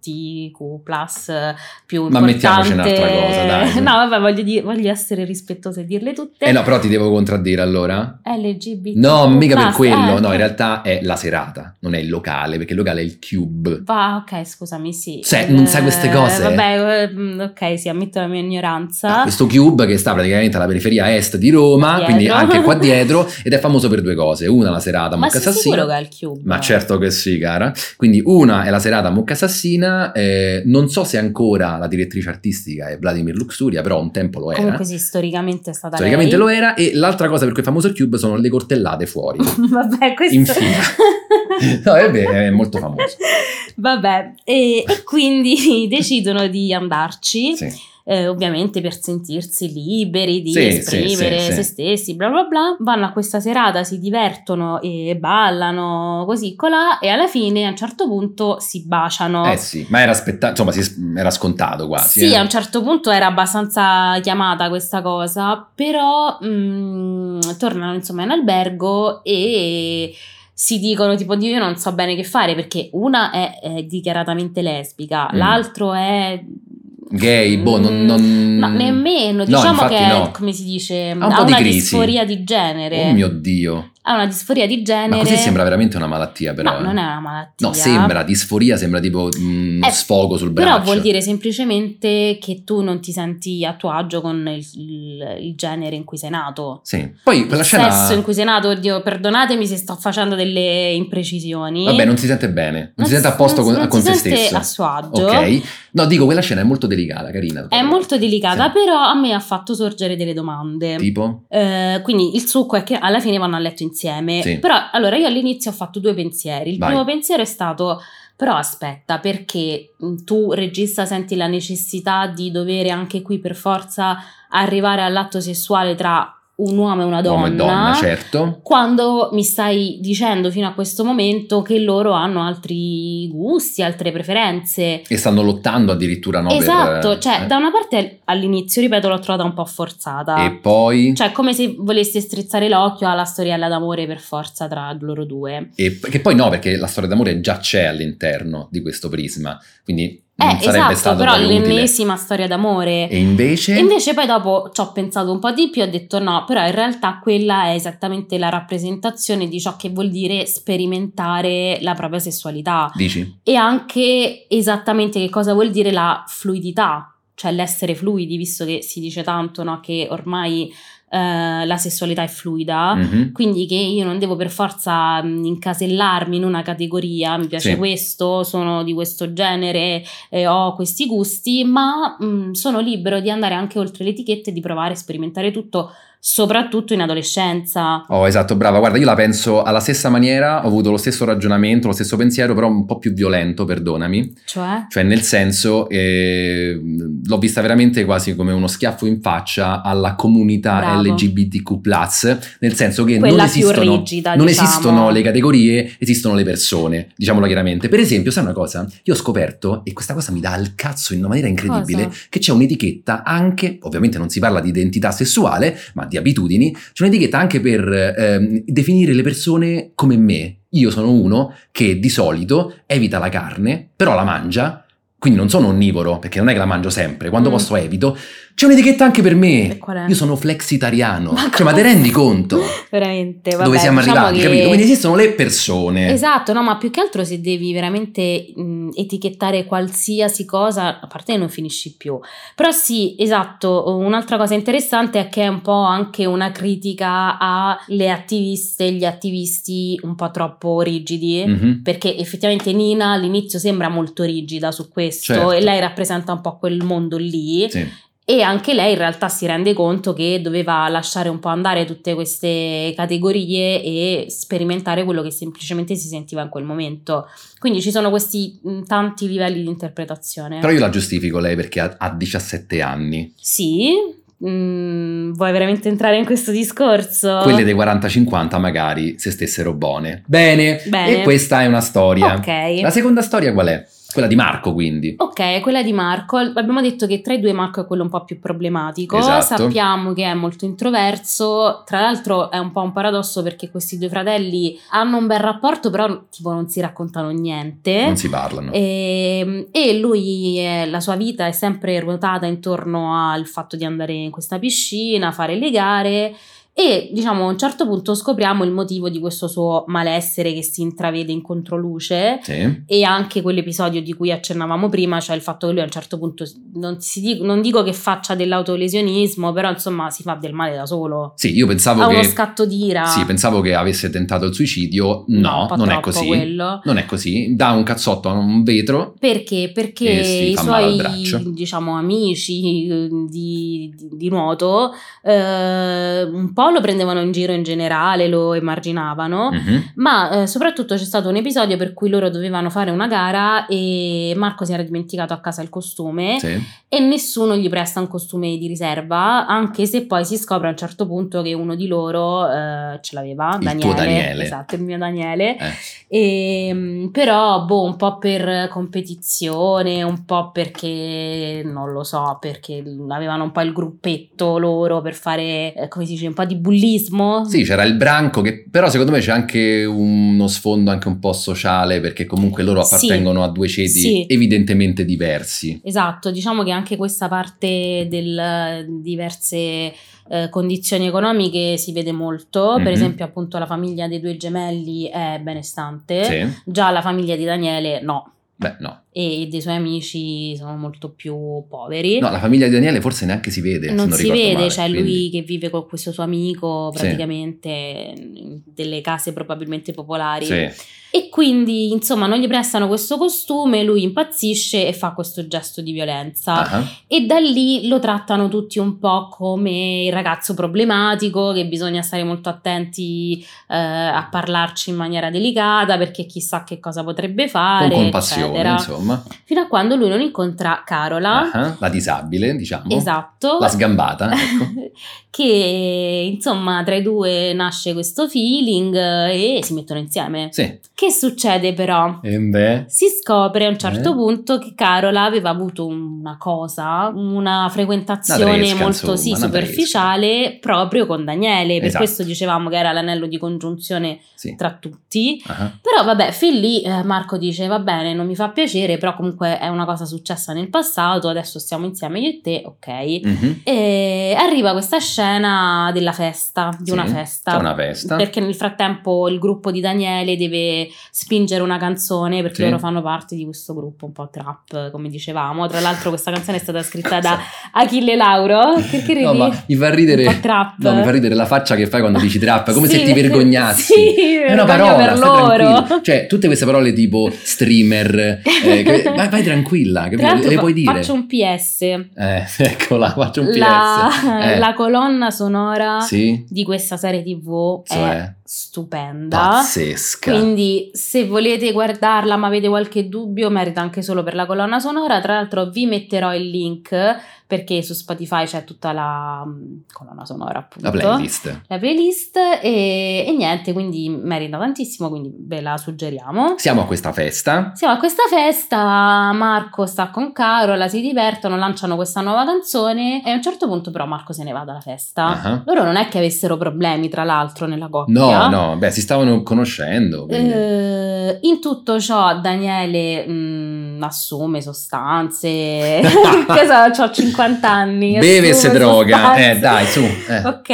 LGBTQ più
Ma mettiamoci
importante.
un'altra cosa,
[LAUGHS]
dai.
no, vabbè, voglio, di- voglio essere rispettosa e dirle tutte.
Eh no, però ti devo contraddire allora.
LGBT.
No, mica per
eh,
quello,
ecco.
no, in realtà è la serata, non è il locale, perché il locale è il cube.
Va, ok, scusami, sì.
Cioè, non sai queste cose?
Vabbè, eh, mm, ok, sì, ammetto la mia
Ah,
ignoranza.
questo cube che sta praticamente alla periferia est di Roma,
Dietro.
quindi anche qua
[LAUGHS]
dietro, ed è famoso per due cose. Una la serata
ma
Mucca
sei sicuro che
Assassina.
è Eh. il Cube?
Ma certo che sì, cara. Quindi una è la serata Mucca Assassina, eh, non so se ancora la direttrice artistica è Vladimir Luxuria, però un tempo lo era.
Comunque sì, storicamente è stata
eh. Storicamente
lei.
lo era e l'altra cosa per cui è famoso il Cube sono le cortellate fuori.
[LAUGHS] Vabbè, questo...
In
[LAUGHS]
fila. No, è vero, è molto famoso.
Vabbè, e, e quindi [LAUGHS] decidono di andarci,
Sì.
eh, ovviamente per sentirsi liberi di
Sì, sì,
esprimere
sì, sì.
se stessi, bla bla bla. Vanno a questa serata, si divertono e ballano così colà e alla fine a un certo punto si baciano.
Eh sì, ma era aspettato, insomma, si- era scontato quasi.
Sì,
eh.
a un certo punto era abbastanza chiamata questa cosa, però mh, tornano insomma in albergo e si dicono tipo "Dio, io non so bene che fare perché una è, eh, dichiaratamente lesbica,
Mm.
l'altro è...
Gay, boh, non... non-
No, Mm, nemmeno,
No,
diciamo
infatti
che è,
no.
come si dice,
un po'
ha
di
una
crisi.
disforia di genere.
Oh mio Dio.
Ha una disforia di genere.
Ma così sembra veramente una malattia, però.
No,
eh.
non è una malattia.
No, sembra, disforia sembra tipo mm, uno
Eh,
sfogo sul braccio.
Però vuol dire semplicemente che tu non ti senti a tuo agio con il, il- il genere in cui sei nato.
Sì. Poi
Il
quella scena...
sesso in cui sei nato, oddio, perdonatemi se sto facendo delle imprecisioni.
Vabbè, non si sente bene, non, si sente a posto
non
con,
si- non
con
si
se
sente
stesso.
a suo agio.
Ok? No, dico, quella scena è molto delicata, carina.
È molto delicata,
Sì.
però a me ha fatto sorgere delle domande.
Tipo?
Eh, quindi il succo è che alla fine vanno a letto insieme.
Sì.
Però allora io all'inizio ho fatto due pensieri. Il
Vai.
primo pensiero è stato: però aspetta, perché mh, tu, regista, senti la necessità di dover anche qui per forza arrivare all'atto sessuale tra un uomo e una donna?
Uomo e donna, certo.
Quando mi stai dicendo fino a questo momento che loro hanno altri gusti, altre preferenze.
E stanno lottando addirittura, no? per-
esatto, cioè
eh.
da una parte all'inizio, ripeto, l'ho trovata un po' forzata.
E poi...
Cioè, come se volesse strizzare l'occhio alla storiella d'amore per forza tra loro due.
E p- che poi no, perché la storia d'amore già c'è all'interno di questo prisma, quindi non
eh,
sarebbe
esatto,
stato
però
proprio utile.
l'ennesima storia d'amore.
E invece,
E invece poi dopo ci ho pensato un po' di più e ho detto no, però in realtà quella è esattamente la rappresentazione di ciò che vuol dire sperimentare la propria sessualità
dici,
e anche esattamente che cosa vuol dire la fluidità, cioè l'essere fluidi, visto che si dice tanto no, che ormai eh, la sessualità è fluida.
mhm,
Quindi che io non devo per forza mh, incasellarmi in una categoria, mi piace
Sì.
questo, sono di questo genere, eh, ho questi gusti, ma mh, sono libero di andare anche oltre le etichette e di provare a sperimentare tutto, soprattutto in adolescenza.
Oh, esatto, brava. Guarda, io la penso alla stessa maniera, ho avuto lo stesso ragionamento, lo stesso pensiero, però un po' più violento, perdonami.
Cioè,
Cioè, nel senso, eh, l'ho vista veramente quasi come uno schiaffo in faccia alla comunità
Bravo.
LGBTQ, nel senso che
quella
non
più
esistono
rigida.
Non
diciamo.
esistono le categorie, esistono le persone, diciamolo chiaramente. Per esempio, sai una cosa? Io ho scoperto, e questa cosa mi dà al cazzo in una maniera incredibile,
Cosa?
che c'è un'etichetta anche, ovviamente non si parla di identità sessuale, ma di abitudini, c'è un'etichetta anche per ehm, definire le persone come me. Io sono uno che di solito evita la carne, però la mangia, quindi non sono onnivoro, perché non è che la mangio sempre, quando
Mm.
posso evito. C'è un'etichetta anche per
E
me.
qual è?
Io sono flexitariano.
Ma
cioè, ma te
cosa?
rendi conto?
Veramente, vabbè,
dove siamo
diciamo
arrivati,
che-
capito? Quindi esistono le persone.
Esatto, no, ma più che altro se devi veramente mh, etichettare qualsiasi cosa, a parte che non finisci più. Però sì, esatto, un'altra cosa interessante è che è un po' anche una critica alle attiviste, gli attivisti un po' troppo rigidi.
Mhm.
Perché effettivamente Nina all'inizio sembra molto rigida su questo
Certo.
e lei rappresenta un po' quel mondo lì
Sì.
e eh. anche lei in realtà si rende conto che doveva lasciare un po' andare tutte queste categorie e sperimentare quello che semplicemente si sentiva in quel momento. Quindi ci sono questi mm, mh, tanti livelli di interpretazione.
Però io la giustifico lei perché ha, ha 17 anni.
Sì, Mm, vuoi veramente entrare in questo discorso?
Quelle dei 40-50 magari se stessero buone. Bene,
Bene.
e questa è una storia.
Ok.
La seconda storia qual è? Quella di Marco quindi.
Ok, quella di Marco. Abbiamo detto che tra i due Marco è quello un po' più problematico.
Esatto.
Sappiamo che è molto introverso. Tra l'altro è un po' un paradosso perché questi due fratelli hanno un bel rapporto, però tipo non si raccontano niente.
Non si parlano.
Eh. E, e lui, eh, la sua vita è sempre ruotata intorno al fatto di andare in questa piscina, fare le gare. E diciamo a un certo punto scopriamo il motivo di questo suo malessere che si intravede in controluce
Sì.
e anche quell'episodio di cui accennavamo prima, cioè il fatto che lui a un certo punto non, si di- non dico che faccia dell'autolesionismo, però insomma si fa del male da solo.
Sì, io pensavo
ha uno
che
scatto di ira.
Sì, pensavo che avesse tentato il suicidio.
un
No,
po'
non è
troppo
così.
quello.
Non è così. Dà un cazzotto a un vetro.
Perché? Perché
E si
i
fa male al
suoi
braccio.
diciamo, amici eh, di, di- di nuoto eh, un po' lo prendevano in giro in generale, lo emarginavano,
Mhm.
ma eh, soprattutto c'è stato un episodio per cui loro dovevano fare una gara e Marco si era dimenticato a casa il costume
Sì.
e nessuno gli presta un costume di riserva, anche se poi si scopre a un certo punto che uno di loro eh, ce l'aveva,
Il tuo Daniele.
Esatto, il mio Daniele.
Eh.
E, mh, però, boh, un po' per competizione, un po' perché, non lo so, perché avevano un po' il gruppetto loro per fare, eh, come si dice, un po' di bullismo.
Sì, c'era il branco, che, però secondo me c'è anche uno sfondo anche un po' sociale, perché comunque loro
Sì.
appartengono a due ceti
Sì.
evidentemente diversi.
Esatto, diciamo che anche questa parte delle diverse eh, condizioni economiche si vede molto,
Mhm.
per esempio appunto la famiglia dei due gemelli è benestante,
Sì.
già la famiglia di Daniele no,
Beh, no.
e dei suoi amici sono molto più poveri.
No, la famiglia di Daniele forse neanche si vede. se
Eh? non si
ricordo
vede,
male,
cioè
quindi-
lui che vive con questo suo amico
Sì.
praticamente in delle case probabilmente popolari.
Sì.
E quindi, insomma, non gli prestano questo costume, lui impazzisce e fa questo gesto di violenza.
Ah,
E da lì lo trattano tutti un po' come il ragazzo problematico, che bisogna stare molto attenti eh, a parlarci in maniera delicata perché chissà che cosa potrebbe fare.
Con compassione,
eccetera.
insomma.
Fino a quando lui non incontra Carola,
Ah, La disabile, diciamo.
esatto,
La
[LAUGHS]
sgambata, ecco.
che insomma tra i due nasce questo feeling eh, e si mettono insieme.
Sì.
Che succede però?
E beh.
Si scopre a un certo
Eh?
punto che Carola aveva avuto una cosa, una frequentazione
Una tresca,
molto
insomma,
sì,
una
superficiale proprio con Daniele. Per
Esatto.
questo dicevamo che era l'anello di congiunzione
Sì.
tra tutti.
Ah,
Però vabbè, fin lì eh, Marco dice va bene, non mi fa piacere, però comunque è una cosa successa nel passato, adesso stiamo insieme io e te, ok.
mhm.
E arriva questa scena della festa, di
Sì, cioè,
una
C'è
festa.
una festa.
Perché nel frattempo il gruppo di Daniele deve spingere una canzone perché
Sì.
loro fanno parte di questo gruppo un po' trap, come dicevamo. Tra l'altro questa canzone è stata
[LAUGHS]
scritta da Achille Lauro. Perché ridi?
No, ma mi fa
Un po'
ridere.
trap.
No, mi fa ridere la faccia che fai quando dici trap, come se
Sì.
ti vergognassi.
Sì,
È una
vergogna
parola,
per
stai
loro.
tranquillo. Cioè, tutte queste parole tipo streamer, eh,
[LAUGHS]
che- vai, vai tranquilla,
Tra
capito?
l'altro
le
fa-
puoi dire.
Faccio un PS.
Eh, [LAUGHS] eccola, faccio un PS.
La,
Eh,
la colonna sonora
sì,
di questa serie tv è
cioè,
stupenda.
pazzesca.
Quindi se volete guardarla ma avete qualche dubbio merita anche solo per la colonna sonora, tra l'altro vi metterò il link perché su Spotify c'è tutta la mm, colonna sonora
la
appunto.
playlist.
La playlist e, e niente, quindi merita tantissimo, quindi ve la suggeriamo.
Siamo a questa festa.
Siamo a questa festa, Marco sta con Carola, si divertono, lanciano questa nuova canzone e a un certo punto però Marco se ne va dalla festa.
Ah.
Loro non è che avessero problemi tra l'altro nella coppia.
No, no, beh, si stavano conoscendo. quindi.
Eh, in tutto ciò Daniele mh, assume
[LAUGHS]
sostanze, che so, ho 50 anni.
Beve e
assume
se droga.
sostanze.
Eh, dai, su. eh.
Ok,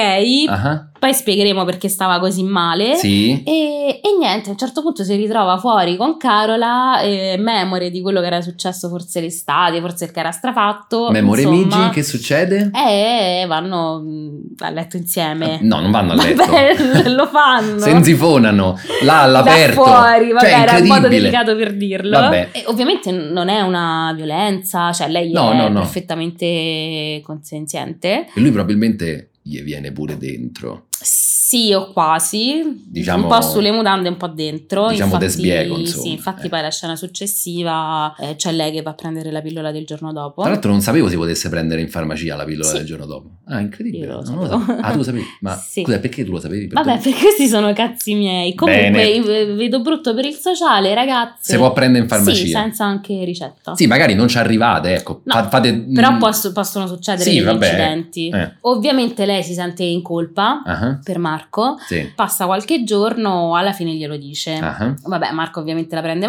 Ah,
poi spiegheremo perché stava così male.
Sì.
E, e niente, a un certo punto si ritrova fuori con Carola, eh, memore di quello che era successo forse l'estate, forse il che era strafatto.
Memore
Eh, insomma.
Migi, che succede?
Eh, vanno mh, a letto insieme.
No, non vanno a letto.
Vabbè, [LAUGHS] lo fanno.
Senzifonano là all'aperto.
Da fuori, vabbè,
Cioè,
era un modo
incredibile.
delicato per dirlo.
Vabbè.
E ovviamente non è una violenza, cioè lei
No,
è
no, no.
perfettamente consenziente.
E lui probabilmente gli viene pure dentro.
Sì, o quasi,
Diciamo-
un po' sulle mutande, un po' dentro.
diciamo
infatti,
desbiego, insomma,
Sì, infatti
eh.
poi la scena successiva eh, c'è lei che va a prendere la pillola del giorno dopo.
Tra l'altro non sapevo si potesse prendere in farmacia la pillola
Sì.
del giorno dopo. Ah, incredibile.
Io lo
non lo
sapevo.
sapevo. Ah, tu lo sapevi? Ma
[LAUGHS] Sì.
scusa, perché tu lo sapevi?
Vabbè, [LAUGHS]
Perché-
perché questi sono cazzi miei. Comunque,
Bene.
i- eh, vedo brutto per il sociale, ragazzi.
Se può prendere in farmacia.
Sì, senza anche ricetta.
Sì, magari non ci arrivate, ecco.
No,
Fa- fate...
Però
mm,
posso- possono succedere
Sì,
degli
vabbè.
incidenti.
Eh.
Ovviamente lei si sente in colpa
ah,
per Marco.
Sì.
Passa qualche giorno, alla fine glielo dice.
ah.
Vabbè, Marco ovviamente la prende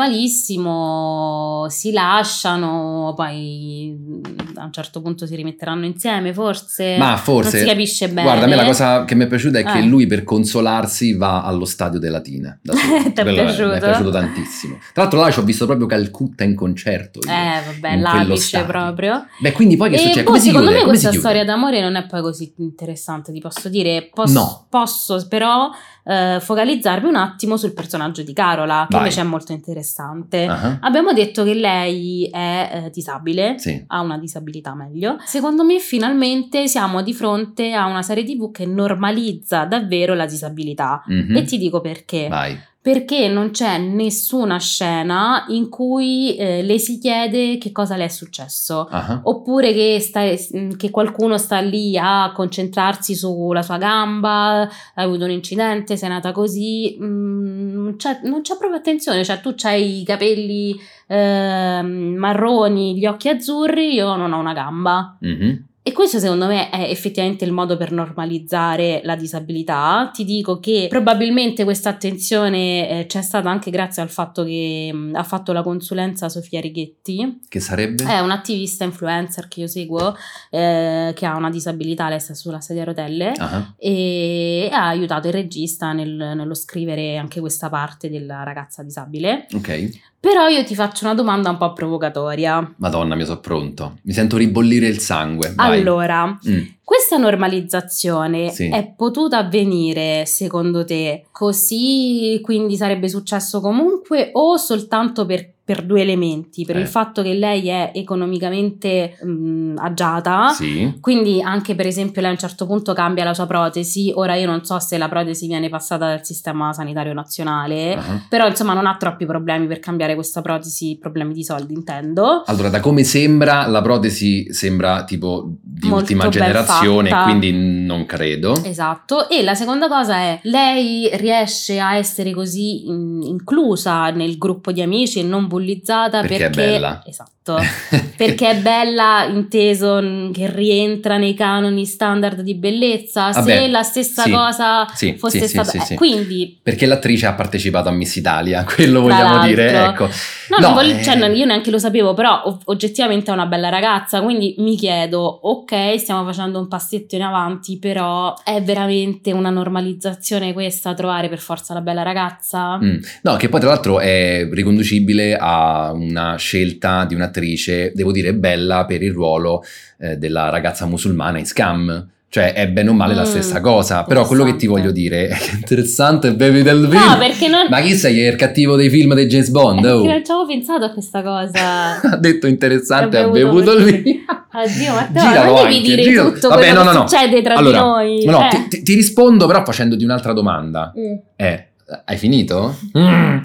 malissimo, si lasciano, poi mm, a un certo punto si rimetteranno insieme, forse.
Ma forse...
Eh, non si capisce bene.
Guarda, a me la cosa che mi è piaciuta è
Eh.
che lui per consolarsi va allo stadio dei Latina.
[LAUGHS]
Da solo.
T'è
Quello
piaciuto?
Mi è piaciuto tantissimo. Tra l'altro là ci ho visto proprio Calcutta in concerto. io.
Eh, vabbè,
in quello
l'apice
stadio.
proprio.
Beh, quindi poi che
e
succede?
poi
Come si
secondo
chiude?
me
Come si
questa
chiude?
storia d'amore non è poi così interessante, ti posso dire. Posso,
No.
posso però eh, focalizzarmi un attimo sul personaggio di Carola, che
Vai.
invece è molto interessante.
Ah,
Abbiamo detto che lei è eh, disabile.
Sì.
Ha una disabilità meglio. Secondo me, finalmente siamo di fronte a una serie TV che normalizza davvero la disabilità.
Mhm.
E ti dico perché.
Vai.
Perché non c'è nessuna scena in cui eh, le si chiede che cosa le è successo.
Ah.
Oppure che, sta- che qualcuno sta lì a concentrarsi sulla sua gamba, hai avuto un incidente, sei nata così, mm, non c'è, non c'è proprio attenzione, cioè tu hai i capelli ehm, marroni, gli occhi azzurri, io non ho una gamba.
Mhm.
E questo secondo me è effettivamente il modo per normalizzare la disabilità. Ti dico che probabilmente questa attenzione eh, c'è stata anche grazie al fatto che mm, ha fatto la consulenza Sofia Righetti,
Che sarebbe?
è un attivista influencer che io seguo, eh, che ha una disabilità, lei sta sulla sedia a rotelle
Ah.
e ha aiutato il regista nel- nello scrivere anche questa parte della ragazza disabile.
Ok.
Però io ti faccio una domanda un po' provocatoria.
Madonna, mi so pronto. Mi sento ribollire il sangue. Vai.
Allora,
Mm.
questa normalizzazione
Sì.
è potuta avvenire secondo te così, quindi sarebbe successo comunque o soltanto per, per due elementi, per
Eh.
il fatto che lei è economicamente mm, agiata,
Sì.
Quindi anche per esempio lei a un certo punto cambia la sua protesi, ora io non so se la protesi viene passata dal sistema sanitario nazionale,
Ah.
però insomma non ha troppi problemi per cambiare questa protesi, problemi di soldi intendo.
Allora, da come sembra, la protesi sembra tipo di
Molto
ultima
ben
generazione,
fatta.
quindi non credo.
Esatto, e la seconda cosa è lei riesce a essere così mm, inclusa nel gruppo di amici e non bullizzata perché,
Perché è bella.
Esatto.
[LAUGHS]
Perché è bella, inteso mm, che rientra nei canoni standard di bellezza, se
Vabbè,
la stessa
Ah, sì,
cosa
sì,
fosse
sì, sì,
stata...
sì,
eh,
sì.
Quindi,
Perché l'attrice ha partecipato a Miss Italia, [LAUGHS] quello vogliamo
l'altro.
dire, ecco.
no, non
No,
voglio-
eh.
cioè, non- io neanche lo sapevo, però o- oggettivamente è una bella ragazza, quindi mi chiedo, ok, stiamo facendo un passetto in avanti, però è veramente una normalizzazione questa, trovare per forza la bella ragazza?
Mm. No, che poi tra l'altro è riconducibile a una scelta di un'attrice, devo dire, bella per il ruolo eh, della ragazza musulmana in Scam. Cioè, è bene o male
Mm,
la stessa cosa. Però quello che ti
interessante.
voglio dire è che è interessante, bevi del vino.
No, perché non...
Ma chi sei? È il cattivo dei film dei James Bond?
perché
oh.
non ci avevo pensato a questa
[LAUGHS]
cosa.
ha detto interessante,
Ha
ha
bevuto
bevuto
così.
il vino.
Oddio, Matteo,
Giralo
non devi
anche,
dire
giralo.
tutto
Vabbè,
quello
no,
che
no, no.
succede tra
Allora,
di noi.
No, no,
eh.
ti, ti- ti rispondo però facendoti un'altra domanda.
Mm.
Eh, hai finito? Mm,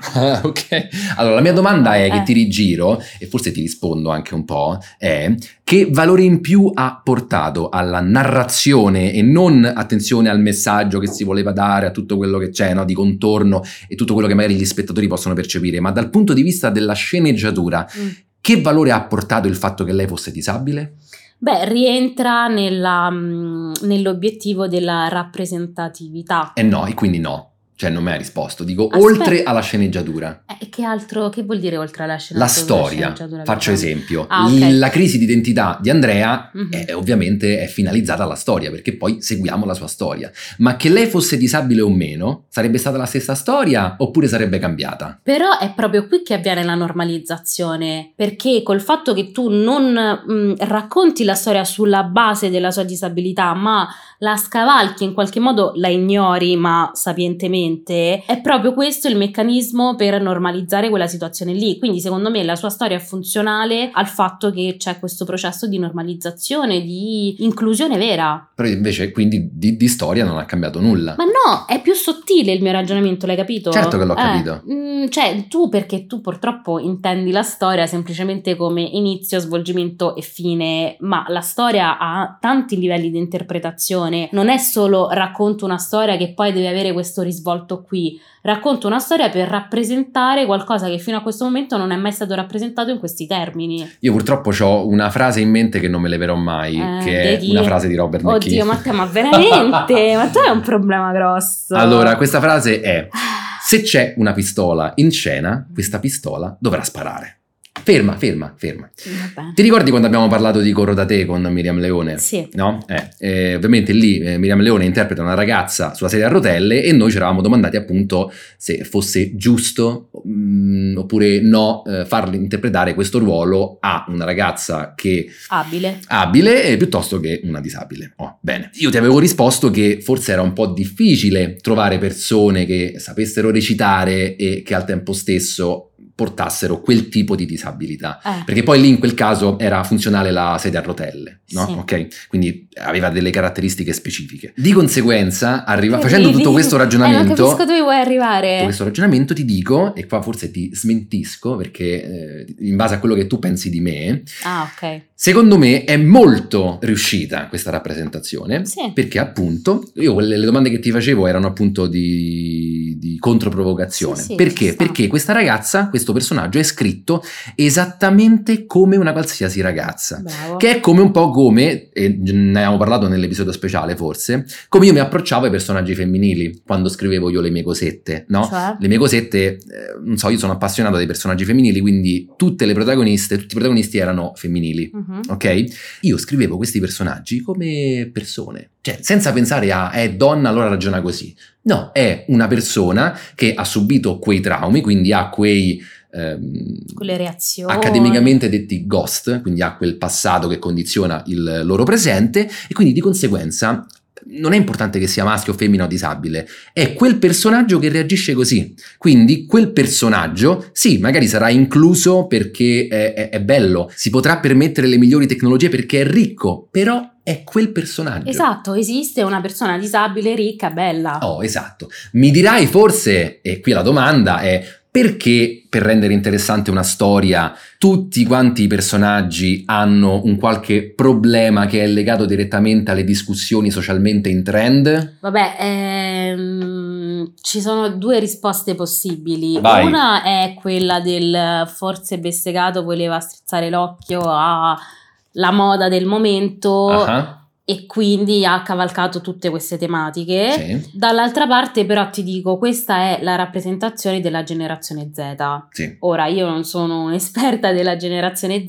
[LAUGHS] ok. Allora, la mia domanda è che
Eh.
ti rigiro, e forse ti rispondo anche un po', è che valore in più ha portato alla narrazione e non attenzione al messaggio che si voleva dare, a tutto quello che c'è, no, di contorno e tutto quello che magari gli spettatori possono percepire, ma dal punto di vista della sceneggiatura,
Mm.
che valore ha portato il fatto che lei fosse disabile?
Beh, rientra nella, mm, nell'obiettivo della rappresentatività.
E Eh, no, e quindi no. Cioè, non mi ha risposto. Dico,
Aspetta.
oltre alla sceneggiatura,
Eh, che altro, che vuol dire oltre alla scena?
la storia. Faccio esempio.
Ah, ok.
La crisi d'identità di Andrea
Mhm.
è- Eh, ovviamente è finalizzata alla storia, perché poi seguiamo la sua storia. Ma che lei fosse disabile o meno, sarebbe stata la stessa storia oppure sarebbe cambiata?
Però è proprio qui che avviene la normalizzazione, perché col fatto che tu non mm, racconti la storia sulla base della sua disabilità, ma la scavalchi in qualche modo, la ignori, ma mente, è proprio questo il meccanismo per normalizzare quella situazione lì. Quindi secondo me la sua storia è funzionale al fatto che c'è questo processo di normalizzazione, di inclusione vera.
Però invece quindi di, di storia non ha cambiato nulla.
Ma no, è più sottile il mio ragionamento, l'hai capito?
Certo che l'ho
Eh,
capito.
mm, cioè, tu perché tu purtroppo intendi la storia semplicemente come inizio, svolgimento e fine, ma la storia ha tanti livelli di interpretazione, non è solo racconto una storia che poi deve avere questo risvolto qui, racconto una storia per rappresentare qualcosa che fino a questo momento non è mai stato rappresentato in questi termini.
Io purtroppo ho una frase in mente che non me leverò mai,
Eh,
che è
vedi?
una frase di Robert McKee.
Oddio, Matteo, ma veramente?
[LAUGHS]
ma tu hai un problema grosso. Ah,
Allora, questa frase è: Se c'è una pistola in scena, questa pistola dovrà sparare. Ferma, ferma, ferma.
Vabbè.
Ti ricordi quando abbiamo parlato di Corro da te con Miriam Leone?
Sì.
No? Eh, eh, ovviamente lì eh, Miriam Leone interpreta una ragazza sulla sedia a rotelle e noi ci eravamo domandati appunto se fosse giusto mm, oppure no eh, farle interpretare questo ruolo a una ragazza che
Abile.
abile eh, piuttosto che una disabile. Oh, bene. Io ti avevo risposto che forse era un po' difficile trovare persone che sapessero recitare e che al tempo stesso portassero quel tipo di disabilità.
Eh.
Perché poi lì in quel caso era funzionale la sedia a rotelle, no?
Sì.
Ok? Quindi aveva delle caratteristiche specifiche. Di conseguenza, arriva,
Che
facendo
ridi.
tutto questo
Eh, non
ragionamento,
capisco dove vuoi arrivare.
tutto questo ragionamento ti dico, e qua forse ti smentisco perché eh, in base a quello che tu pensi di me,
Ah, ok.
Secondo me è molto riuscita questa rappresentazione
Sì.
perché appunto io quelle, le domande che ti facevo erano appunto di, di controprovocazione.
Sì, sì, ci
perché?
sta.
Perché questa ragazza, questo personaggio è scritto esattamente come una qualsiasi ragazza.
Bravo.
Che è come un po' come, e ne abbiamo parlato nell'episodio speciale forse, come io mi approcciavo ai personaggi femminili quando scrivevo io le mie cosette, no?
Cioè?
le mie cosette, eh, non so, io sono appassionato dei personaggi femminili, quindi tutte le protagoniste, tutti i protagonisti erano femminili.
Mhm.
Ok? Io scrivevo questi personaggi come persone, cioè senza pensare a è donna, allora ragiona così. No, è una persona che ha subito quei traumi, quindi ha quei ehm,
Quelle reazioni.
accademicamente detti ghost, quindi ha quel passato che condiziona il loro presente e quindi di conseguenza non è importante che sia maschio o femmina o disabile, è quel personaggio che reagisce così. Quindi quel personaggio, sì, magari sarà incluso perché è, è- è bello, si potrà permettere le migliori tecnologie perché è ricco, però è quel personaggio.
Esatto, esiste una persona disabile, ricca, bella.
Oh, esatto. Mi dirai forse, e qui la domanda è perché per rendere interessante una storia tutti quanti i personaggi hanno un qualche problema che è legato direttamente alle discussioni socialmente in trend?
Vabbè, ehm, ci sono due risposte possibili.
Vai.
Una è quella del forse Bessegato voleva strizzare l'occhio alla moda del momento
Ah,
e quindi ha cavalcato tutte queste tematiche.
Sì,
Dall'altra parte, però, ti dico, questa è la rappresentazione della generazione Z.
sì.
Ora, io non sono un'esperta della generazione Z,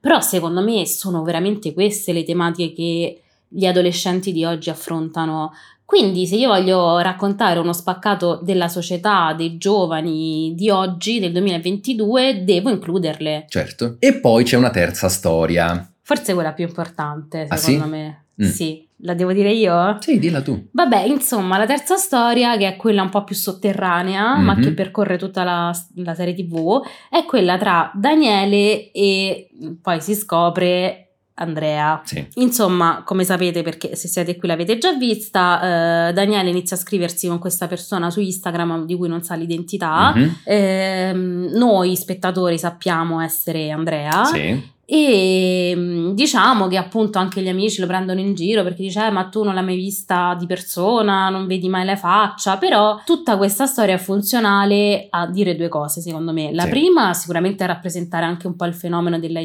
però secondo me sono veramente queste le tematiche che gli adolescenti di oggi affrontano. Quindi, se io voglio raccontare uno spaccato della società dei giovani di oggi, del 2022, devo includerle.
certo. E poi c'è una terza storia.
Forse quella più importante,
Ah,
secondo
sì?
me.
Mm.
Sì, la devo dire io?
Sì, dilla tu.
Vabbè, insomma, la terza storia, che è quella un po' più sotterranea,
Mhm.
ma che percorre tutta la, la serie TV, è quella tra Daniele e poi si scopre Andrea.
Sì.
Insomma, come sapete, perché se siete qui l'avete già vista, eh, Daniele inizia a scriversi con questa persona su Instagram di cui non sa l'identità.
Mhm.
Ehm, noi spettatori sappiamo essere Andrea.
Sì.
E mh, diciamo che appunto anche gli amici lo prendono in giro perché dice: "Eh, Ma tu non l'hai mai vista di persona, non vedi mai la faccia. Però tutta questa storia è funzionale a dire due cose, secondo me. La
Sì.
prima, sicuramente, è rappresentare anche un po' il fenomeno della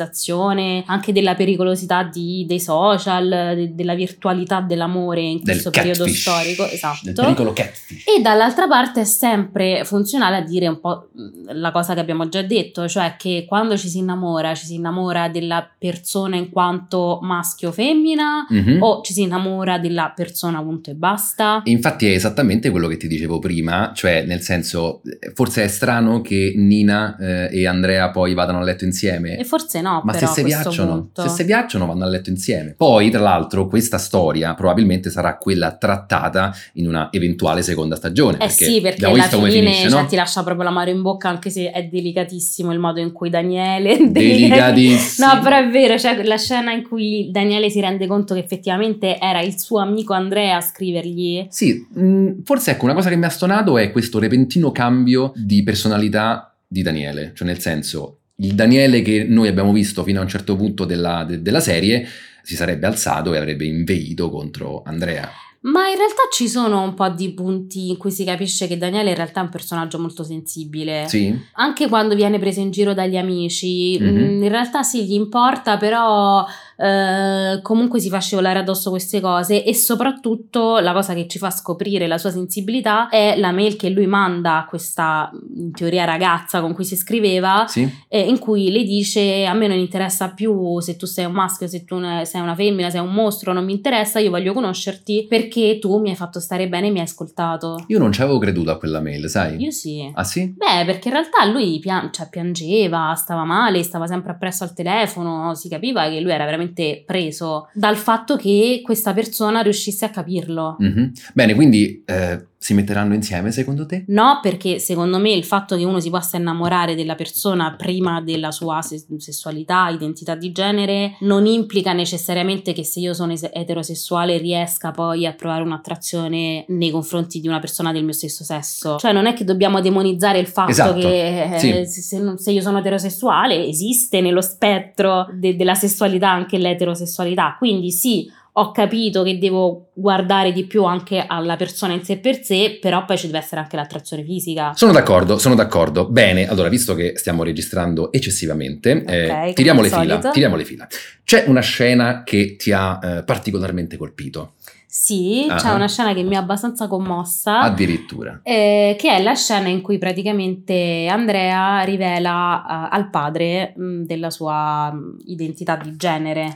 idealizzazione, anche della pericolosità di- dei social, de- della virtualità dell'amore in
Del
questo periodo
catfish.
storico.
Del
Esatto.
pericolo catfish.
E dall'altra parte è mm, sempre funzionale a dire un po' mh, la cosa che abbiamo già detto, cioè che quando ci si innamora, ci si innamora della persona in quanto maschio o femmina
Mhm.
o ci si innamora della persona punto e basta?
E Infatti è esattamente quello che ti dicevo prima, cioè nel senso, eh, forse è strano che Nina eh, e Andrea poi vadano a letto insieme.
E forse no,
Ma se
però
si
a questo
piacciono,
punto.
se si piacciono vanno a letto insieme. Poi, tra l'altro, questa storia probabilmente sarà quella trattata in una eventuale seconda stagione.
Eh sì, perché
abbiamo
alla
visto come
fine
finisce,
cioè,
no?
ti lascia proprio l'amaro in bocca, anche se è delicatissimo il modo in
[LAUGHS]
cui Daniele.
Delicatissimo.
[LAUGHS] No, però è vero, cioè la scena in cui Daniele si rende conto che effettivamente era il suo amico Andrea a scrivergli.
Sì, mh, forse ecco, una cosa che mi ha stonato è questo repentino cambio di personalità di Daniele, cioè nel senso, il Daniele che noi abbiamo visto fino a un certo punto della, de- della serie si sarebbe alzato e avrebbe inveito contro Andrea.
Ma in realtà ci sono un po' di punti in cui si capisce che Daniele in realtà è un personaggio molto sensibile.
Sì?
Anche quando viene preso in giro dagli amici,
Mhm.
mh, in realtà sì, gli importa, però eh, comunque si fa scivolare addosso queste cose e soprattutto la cosa che ci fa scoprire la sua sensibilità è la mail che lui manda a questa, in teoria, ragazza con cui si scriveva
Sì?
eh, in cui le dice a me non interessa più se tu sei un maschio, se tu ne- sei una femmina, sei un mostro, non mi interessa, io voglio conoscerti perché tu mi hai fatto stare bene e mi hai ascoltato.
Io non ci avevo creduto a quella mail, sai?
Io sì.
Ah sì?
Beh, perché in realtà lui pian- cioè, piangeva, stava male, stava sempre appresso al telefono, si capiva che lui era veramente preso dal fatto che questa persona riuscisse a capirlo.
Mhm. Bene, quindi eh, si metteranno insieme secondo te?
No, perché secondo me il fatto che uno si possa innamorare della persona prima della sua se- sessualità, identità di genere, non implica necessariamente che se io sono es- eterosessuale riesca poi a provare un'attrazione nei confronti di una persona del mio stesso sesso. Cioè non è che dobbiamo demonizzare il fatto
Esatto,
che eh,
sì.
se, se non- se io sono eterosessuale esiste nello spettro de- della sessualità anche l'eterosessualità. Quindi sì, ho capito che devo guardare di più anche alla persona in sé per sé, però poi ci deve essere anche l'attrazione fisica.
Sono d'accordo, sono d'accordo. Bene, allora, visto che stiamo registrando eccessivamente, eh,
come
tiriamo,
al
le fila,
solito.
tiriamo le fila. C'è una scena che ti ha eh, particolarmente colpito,
Sì, c'è
Ah.
una scena che mi ha abbastanza commossa.
addirittura.
eh, che è la scena in cui praticamente Andrea rivela eh, al padre mh, della sua mh, identità di genere.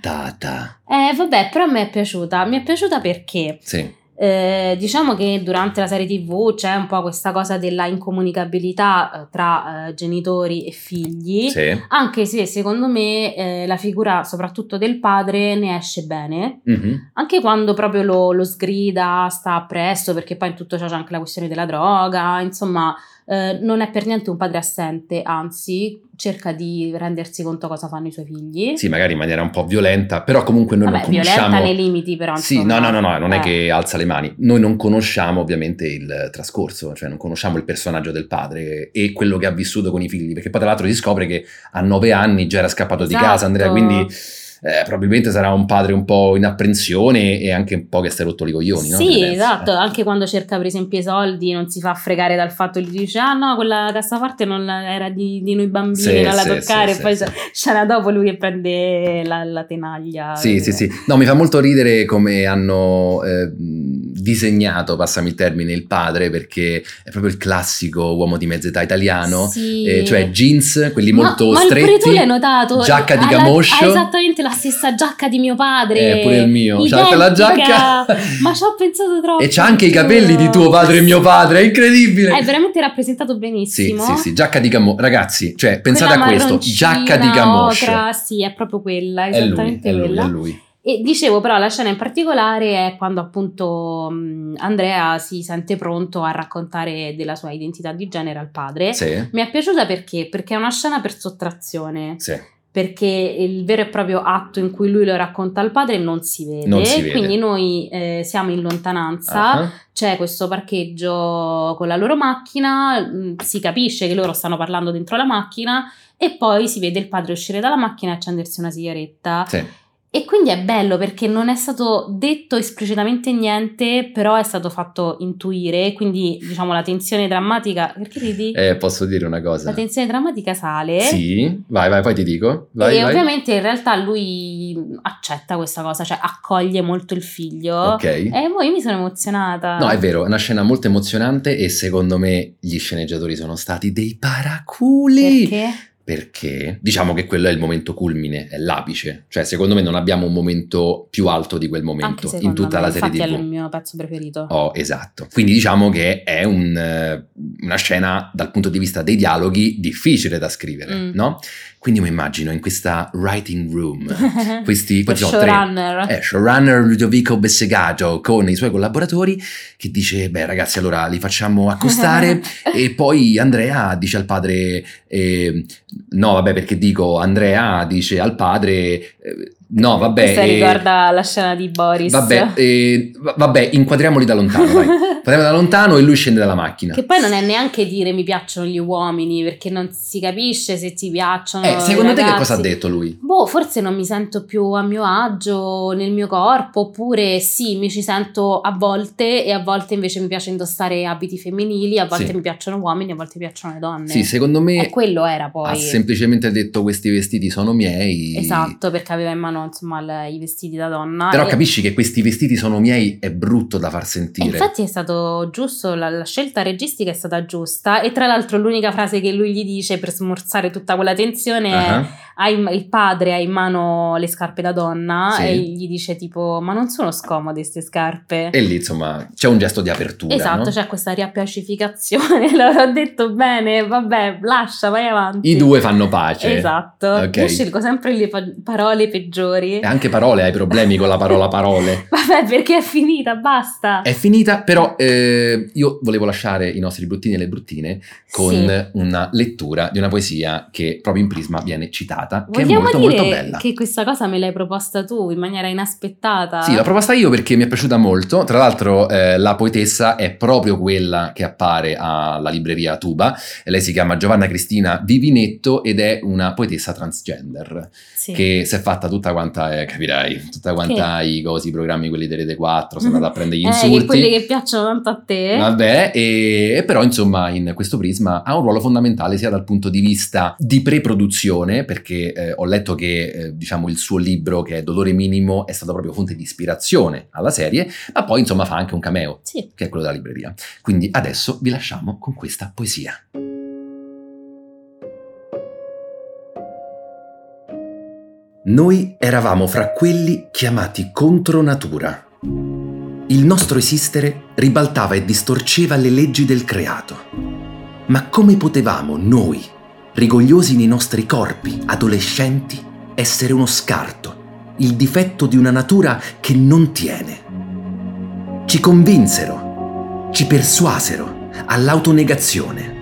Scontata.
Eh, vabbè, però mi è piaciuta. Mi è piaciuta perché
Sì.
Eh, diciamo che durante la serie TV c'è un po' questa cosa della incomunicabilità eh, tra eh, genitori e figli,
Sì.
anche se secondo me eh, la figura soprattutto del padre ne esce bene,
Mhm.
anche quando proprio lo, lo sgrida, sta appresso, perché poi in tutto ciò c'è anche la questione della droga, insomma eh, non è per niente un padre assente, anzi cerca di rendersi conto cosa fanno i suoi figli.
Sì, magari in maniera un po' violenta, però comunque noi
Vabbè,
non conosciamo...
violenta nei limiti però.
Sì, no,
insomma.
no, no, no, non è
Eh.
che alza le mani. Noi non conosciamo ovviamente il trascorso, cioè non conosciamo il personaggio del padre e quello che ha vissuto con i figli, perché poi tra l'altro si scopre che a nove anni già era scappato di
Esatto.
casa Andrea, quindi eh, probabilmente sarà un padre un po' in apprensione e anche un po' che si è rotto i coglioni, no?
Sì,
Nel senso,
esatto,
eh.
anche quando cerca per esempio i soldi non si fa fregare dal fatto che gli dice ah no, quella cassaforte non la- era di, di noi bambini,
Sì,
non la
sì,
toccare,
sì,
e poi
sì,
c'è- c'era dopo lui che prende la, la tenaglia.
Sì,
eh.
sì, sì. No, mi fa molto ridere come hanno eh, disegnato, passami il termine, il padre, perché è proprio il classico uomo di mezza età italiano.
Sì.
eh, cioè jeans, quelli
Ma-
molto
ma,
stretti.
il tu l'hai notato?
giacca di
Ha la-
camoscio.
Ha esattamente la stessa giacca di mio padre.
Eh, pure il mio. C'ha
Identica.
quella giacca.
Ma ci ho pensato troppo.
[LAUGHS] E c'ha anche i capelli di tuo
giuro.
padre e mio padre, è incredibile.
È veramente rappresentato
sì,
benissimo.
sì, sì, giacca di camoscio. Ragazzi, cioè, pensate
Quella
a questo,
marroncina,
giacca di camoscio.
ocra, sì, è proprio quella,
È lui,
esattamente
è lui,
quella.
è lui.
E dicevo però la scena in particolare è quando appunto mh, Andrea si sente pronto a raccontare della sua identità di genere al padre.
Sì,
Eh, Mi è piaciuta perché? Perché è una scena per sottrazione,
sì.
perché il vero e proprio atto in cui lui lo racconta al padre non si vede,
Non si vede.
quindi noi eh, siamo in lontananza,
Ah,
c'è questo parcheggio con la loro macchina, mh, si capisce che loro stanno parlando dentro la macchina e poi si vede il padre uscire dalla macchina e accendersi una sigaretta.
sì.
E quindi è bello perché non è stato detto esplicitamente niente, però è stato fatto intuire, quindi diciamo la tensione drammatica, perché ridi?
Eh, posso dire una cosa?
La tensione drammatica sale.
Sì, vai, vai, poi ti dico. Vai,
e
vai.
ovviamente in realtà lui mm, accetta questa cosa, cioè accoglie molto il figlio.
Ok.
E poi io mi sono emozionata.
No, è vero, è una scena molto emozionante e secondo me gli sceneggiatori sono stati dei paraculi.
Perché?
perché diciamo che quello è il momento culmine, è l'apice, cioè secondo me non abbiamo un momento più alto di quel momento in tutta
me,
la serie
infatti è il
TV.
mio pezzo preferito. [LAUGHS]
Oh, esatto. Quindi diciamo che è un, eh, una scena dal punto di vista dei dialoghi difficile da scrivere,
Mm.
no? Quindi io mi immagino in questa writing
[LAUGHS]
room, questi questi
Lo
sono tre,
showrunner.
eh, showrunner Ludovico Bessegaggio con i suoi collaboratori che dice beh ragazzi allora li facciamo
[LAUGHS]
accostare e poi Andrea dice al padre eh, no vabbè perché dico Andrea dice al padre eh, no vabbè
Questa
eh,
ricorda la scena di Boris.
vabbè, eh, va- vabbè inquadriamoli da lontano
[LAUGHS]
vai. inquadriamoli da lontano e lui scende dalla macchina
Che poi non è neanche dire mi piacciono gli uomini, perché non si capisce se ti piacciono.
Eh, secondo
i
te che
ragazzi.
cosa ha detto lui?
Boh, forse non mi sento più a mio agio nel mio corpo, oppure sì, mi ci sento a volte e a volte invece mi piace indossare abiti femminili, a volte
Sì.
mi piacciono uomini, a volte mi piacciono le donne.
Sì, secondo
E
me
quello era poi.
ha semplicemente detto questi vestiti sono miei
Esatto, perché aveva in mano insomma il- i vestiti da donna.
Però
Ah, E-
capisci che questi vestiti sono miei è brutto da far
e
sentire.
infatti è stato giusto, la, la scelta registica è stata giusta e tra l'altro l'unica frase che lui gli dice per smorzare tutta quella tensione è
Ah,
"Hai in- il padre ha in mano le scarpe da donna
Sì.
e gli dice tipo ma non sono scomode queste scarpe.
E lì insomma c'è un gesto di apertura.
Esatto,
no?
c'è questa [LAUGHS] riappacificazione, l'avrò detto bene, vabbè, lascia, vai avanti.
I due fanno pace.
Esatto,
Ok. Eh.
io scelgo sempre le pa- parole peggiori.
E anche parole, hai problemi con la parola parole.
Vabbè, perché è finita, basta.
È finita, però eh, io volevo lasciare i nostri bruttini e le bruttine con
Sì.
una lettura di una poesia che proprio in Prisma viene citata, che
Vogliamo
è molto
dire
molto bella.
che questa cosa me l'hai proposta tu in maniera inaspettata.
Sì, l'ho proposta io perché mi è piaciuta molto. Tra l'altro, eh, la poetessa è proprio quella che appare alla libreria Tuba. Lei si chiama Giovanna Cristina Vivinetto ed è una poetessa transgender
Sì.
che si è fatta tutta quanta, eh, capirai, tutta quanta i cosi, i programmi, quelli delle Rete 4. Sono andata a prendere gli
Eh, che
insulti.
quelle che piacciono tanto a te.
Vabbè, e, e però insomma in questo prisma ha un ruolo fondamentale sia dal punto di vista di preproduzione, perché eh, ho letto che eh, diciamo il suo libro che è Dolore Minimo è stato proprio fonte di ispirazione alla serie, ma poi insomma fa anche un cameo,
Sì.
che è quello della libreria. Quindi adesso vi lasciamo con questa poesia. Noi eravamo fra quelli chiamati contro natura. Il nostro esistere ribaltava e distorceva le leggi del creato. Ma come potevamo noi, rigogliosi nei nostri corpi, adolescenti, essere uno scarto, il difetto di una natura che non tiene? Ci convinsero, ci persuasero all'autonegazione.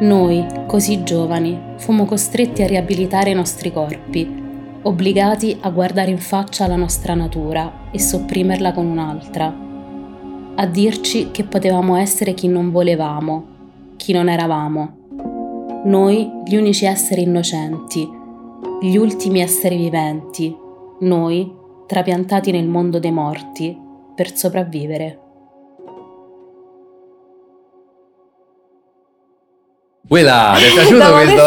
Noi, così giovani, fummo costretti a riabilitare i nostri corpi, obbligati a guardare in faccia la nostra natura e sopprimerla con un'altra, a dirci che potevamo essere chi non volevamo, chi non eravamo. Noi, gli unici esseri innocenti, gli ultimi esseri viventi, noi, trapiantati nel mondo dei morti, per sopravvivere.
Quella,
[LAUGHS]
ti è eh?
Dopo momento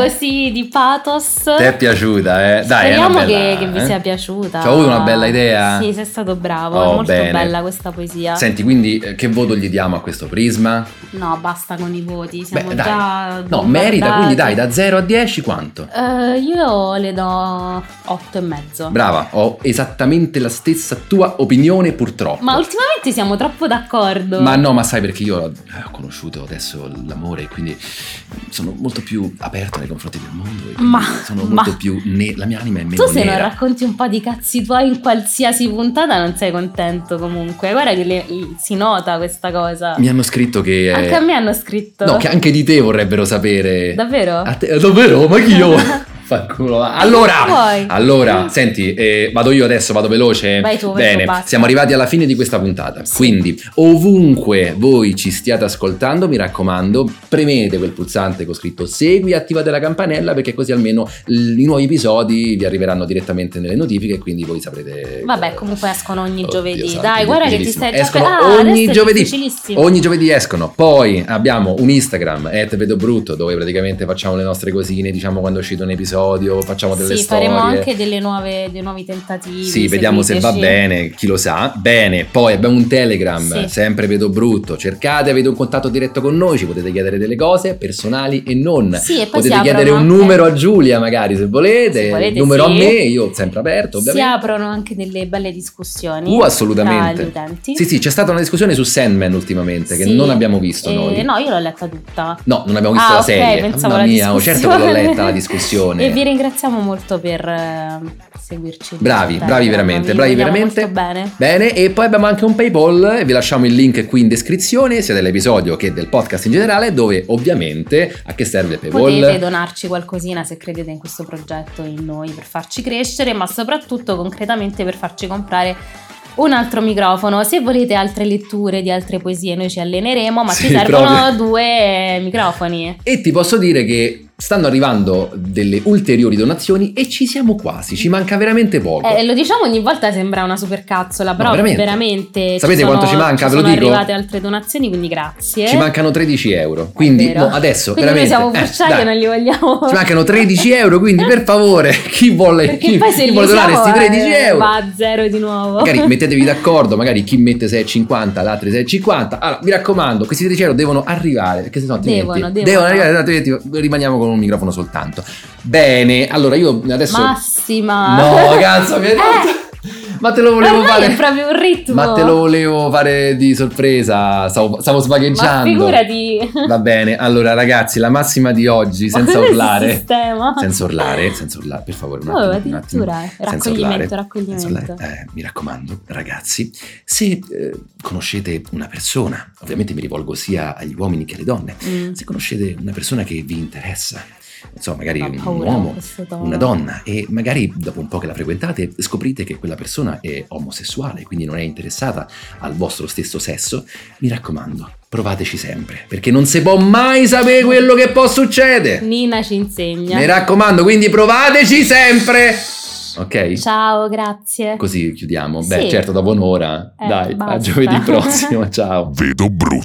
così di pathos.
è piaciuta, eh?
Speriamo che, che vi sia piaciuta.
Ci ho avuto una bella idea.
Ah, Sì, sei stato bravo.
Oh,
è molto
bene.
bella questa poesia.
Senti, quindi eh, che voto gli diamo a questo prisma?
No, basta con i voti. Siamo
Beh, dai.
già.
No, merita,
bombardati.
quindi dai, da 0 a 10 quanto?
Eh, io le do 8 e mezzo.
Brava, ho esattamente la stessa tua opinione purtroppo.
Ma ultimamente siamo troppo d'accordo.
Ma no, ma sai perché io ho eh, ho conosciuto adesso l'amore e quindi sono molto più aperto nei confronti del mondo. e quindi
Ma-
sono
ma-
molto più. ne- la mia anima è meno
Tu se non
nera.
racconti un po' di cazzi tuoi in qualsiasi puntata non sei contento comunque. Guarda che le- si nota questa cosa.
Mi hanno scritto che. eh,
Anche a me hanno scritto.
No, che Ah, anche di te vorrebbero sapere.
Davvero?
A te- eh, davvero? Ma chi io?
[LAUGHS]
Fanculo.
Che
Allora,
vuoi? Mm.
allora, senti, eh, vado io adesso, vado veloce.
Vai tu, vai tu,
Bene,
basta.
siamo arrivati alla fine di questa puntata. Quindi, ovunque voi ci stiate ascoltando, mi raccomando, premete quel pulsante con scritto segui, attivate la campanella perché così almeno l- i nuovi episodi vi arriveranno direttamente nelle notifiche e quindi voi saprete.
Vabbè, comunque escono ogni
Oddio
giovedì.
santo,
Dai,
è
guarda che ti
difficilissimo.
stai già
Escono
Ah,
ogni
adesso è
giovedì.
difficilissimo.
Ogni giovedì escono. Poi abbiamo un Instagram, vedobrutto, dove praticamente facciamo le nostre cosine, diciamo quando è uscito un episodio, facciamo delle
sì,
storie.
faremo anche delle nuove, dei nuovi tentativi.
Sì, vediamo se va
seguiteci.
bene, chi lo sa. Bene, poi abbiamo un Telegram,
Sì.
sempre vedo brutto. Cercate, avete un contatto diretto con noi, ci potete chiedere delle cose personali e non.
Sì, e poi si
potete
aprono
chiedere un
anche-
numero a Giulia, magari se volete,
Se volete,
il numero
sì.
a me, io sempre aperto,
Si
ovviamente.
aprono anche delle belle discussioni
Uh, assolutamente.
tra gli utenti.
Sì, sì, c'è stata una discussione su Sandman ultimamente che
Sì.
non abbiamo visto
Eh,
noi.
No, io l'ho letta tutta.
No, non abbiamo visto
Ah,
la
ok,
serie.
pensavo
Mamma
la
mia, oh, certo che l'ho
discussione.
letta la discussione.
[LAUGHS] E vi ringraziamo molto per eh, seguirci.
Bravi,
Beh,
bravi
mamma
veramente,
mia,
bravi
vogliamo
veramente.
Molto bene.
Bene, e poi abbiamo anche un PayPal, vi lasciamo il link qui in descrizione, sia dell'episodio che del podcast in generale, dove ovviamente a che serve il
Potete
PayPal?
donarci qualcosina se credete in questo progetto e in noi per farci crescere, ma soprattutto concretamente per farci comprare un altro microfono. Se volete altre letture di altre poesie, noi ci alleneremo, ma
Sì,
ci servono
proprio.
due microfoni.
E ti posso dire che stanno arrivando delle ulteriori donazioni e ci siamo quasi, ci manca veramente poco.
Eh, lo diciamo ogni volta sembra una supercazzola, però
veramente.
veramente. ci
Sapete
sono-
quanto ci manca? Ve lo
sono
dico?
arrivate altre donazioni, quindi grazie.
Ci mancano 13 euro, quindi
eh? vero.
mo, adesso
Quindi noi
veramente...
siamo
eh,
bruciati
dai.
e non li vogliamo.
Ci mancano 13 euro, quindi per favore, [LAUGHS] chi vuole,
[LAUGHS] Perché
[LAUGHS] chi,
poi se
chi
li
vuole donare
usiamo,
questi 13
eh,
euro?
Va a zero di nuovo. [LAUGHS]
Magari mettetevi d'accordo, magari chi mette 6,50, l'altro 6,50. Allora, mi raccomando, questi 13 euro devono arrivare, perché se no altrimenti
Devono, devono.
arrivare, altrimenti rimaniamo con un microfono soltanto. Bene, allora io adesso...
Massima.
No, cazzo, mi hai
[LAUGHS] Eh,
detto- Ma te lo volevo
ormai
fare...
è proprio un ritmo.
Ma te lo volevo fare di sorpresa, stavo, stavo
Ma
svagheggiando.
figurati.
Va bene, allora ragazzi, la massima di oggi,
[LAUGHS] Ma
senza
quello è il
urlare.
sistema.
Senza urlare, senza urlare, per favore, un
Oh,
attimo, un attimo.
addirittura. eh.
Senza
Raccoglimento,
urlare, senza urlare.
raccoglimento.
Eh, mi raccomando, ragazzi, se eh, conoscete una persona, ovviamente mi rivolgo sia agli uomini che alle donne,
Mm.
se conoscete una persona che vi interessa, non so, magari
Fa
un
paura
uomo,
questo tono.
una donna, e magari dopo un po' che la frequentate scoprite che quella persona è omosessuale, quindi non è interessata al vostro stesso sesso, mi raccomando, provateci sempre, perché non si può mai sapere quello che può succedere.
Nina ci insegna.
Mi raccomando, quindi provateci sempre. Ok?
Ciao, grazie.
Così chiudiamo. Beh,
Sì.
certo, dopo un'ora.
Eh,
Dai, a
basta. [LAUGHS]
giovedì prossimo. Ciao.
Vedo brutto.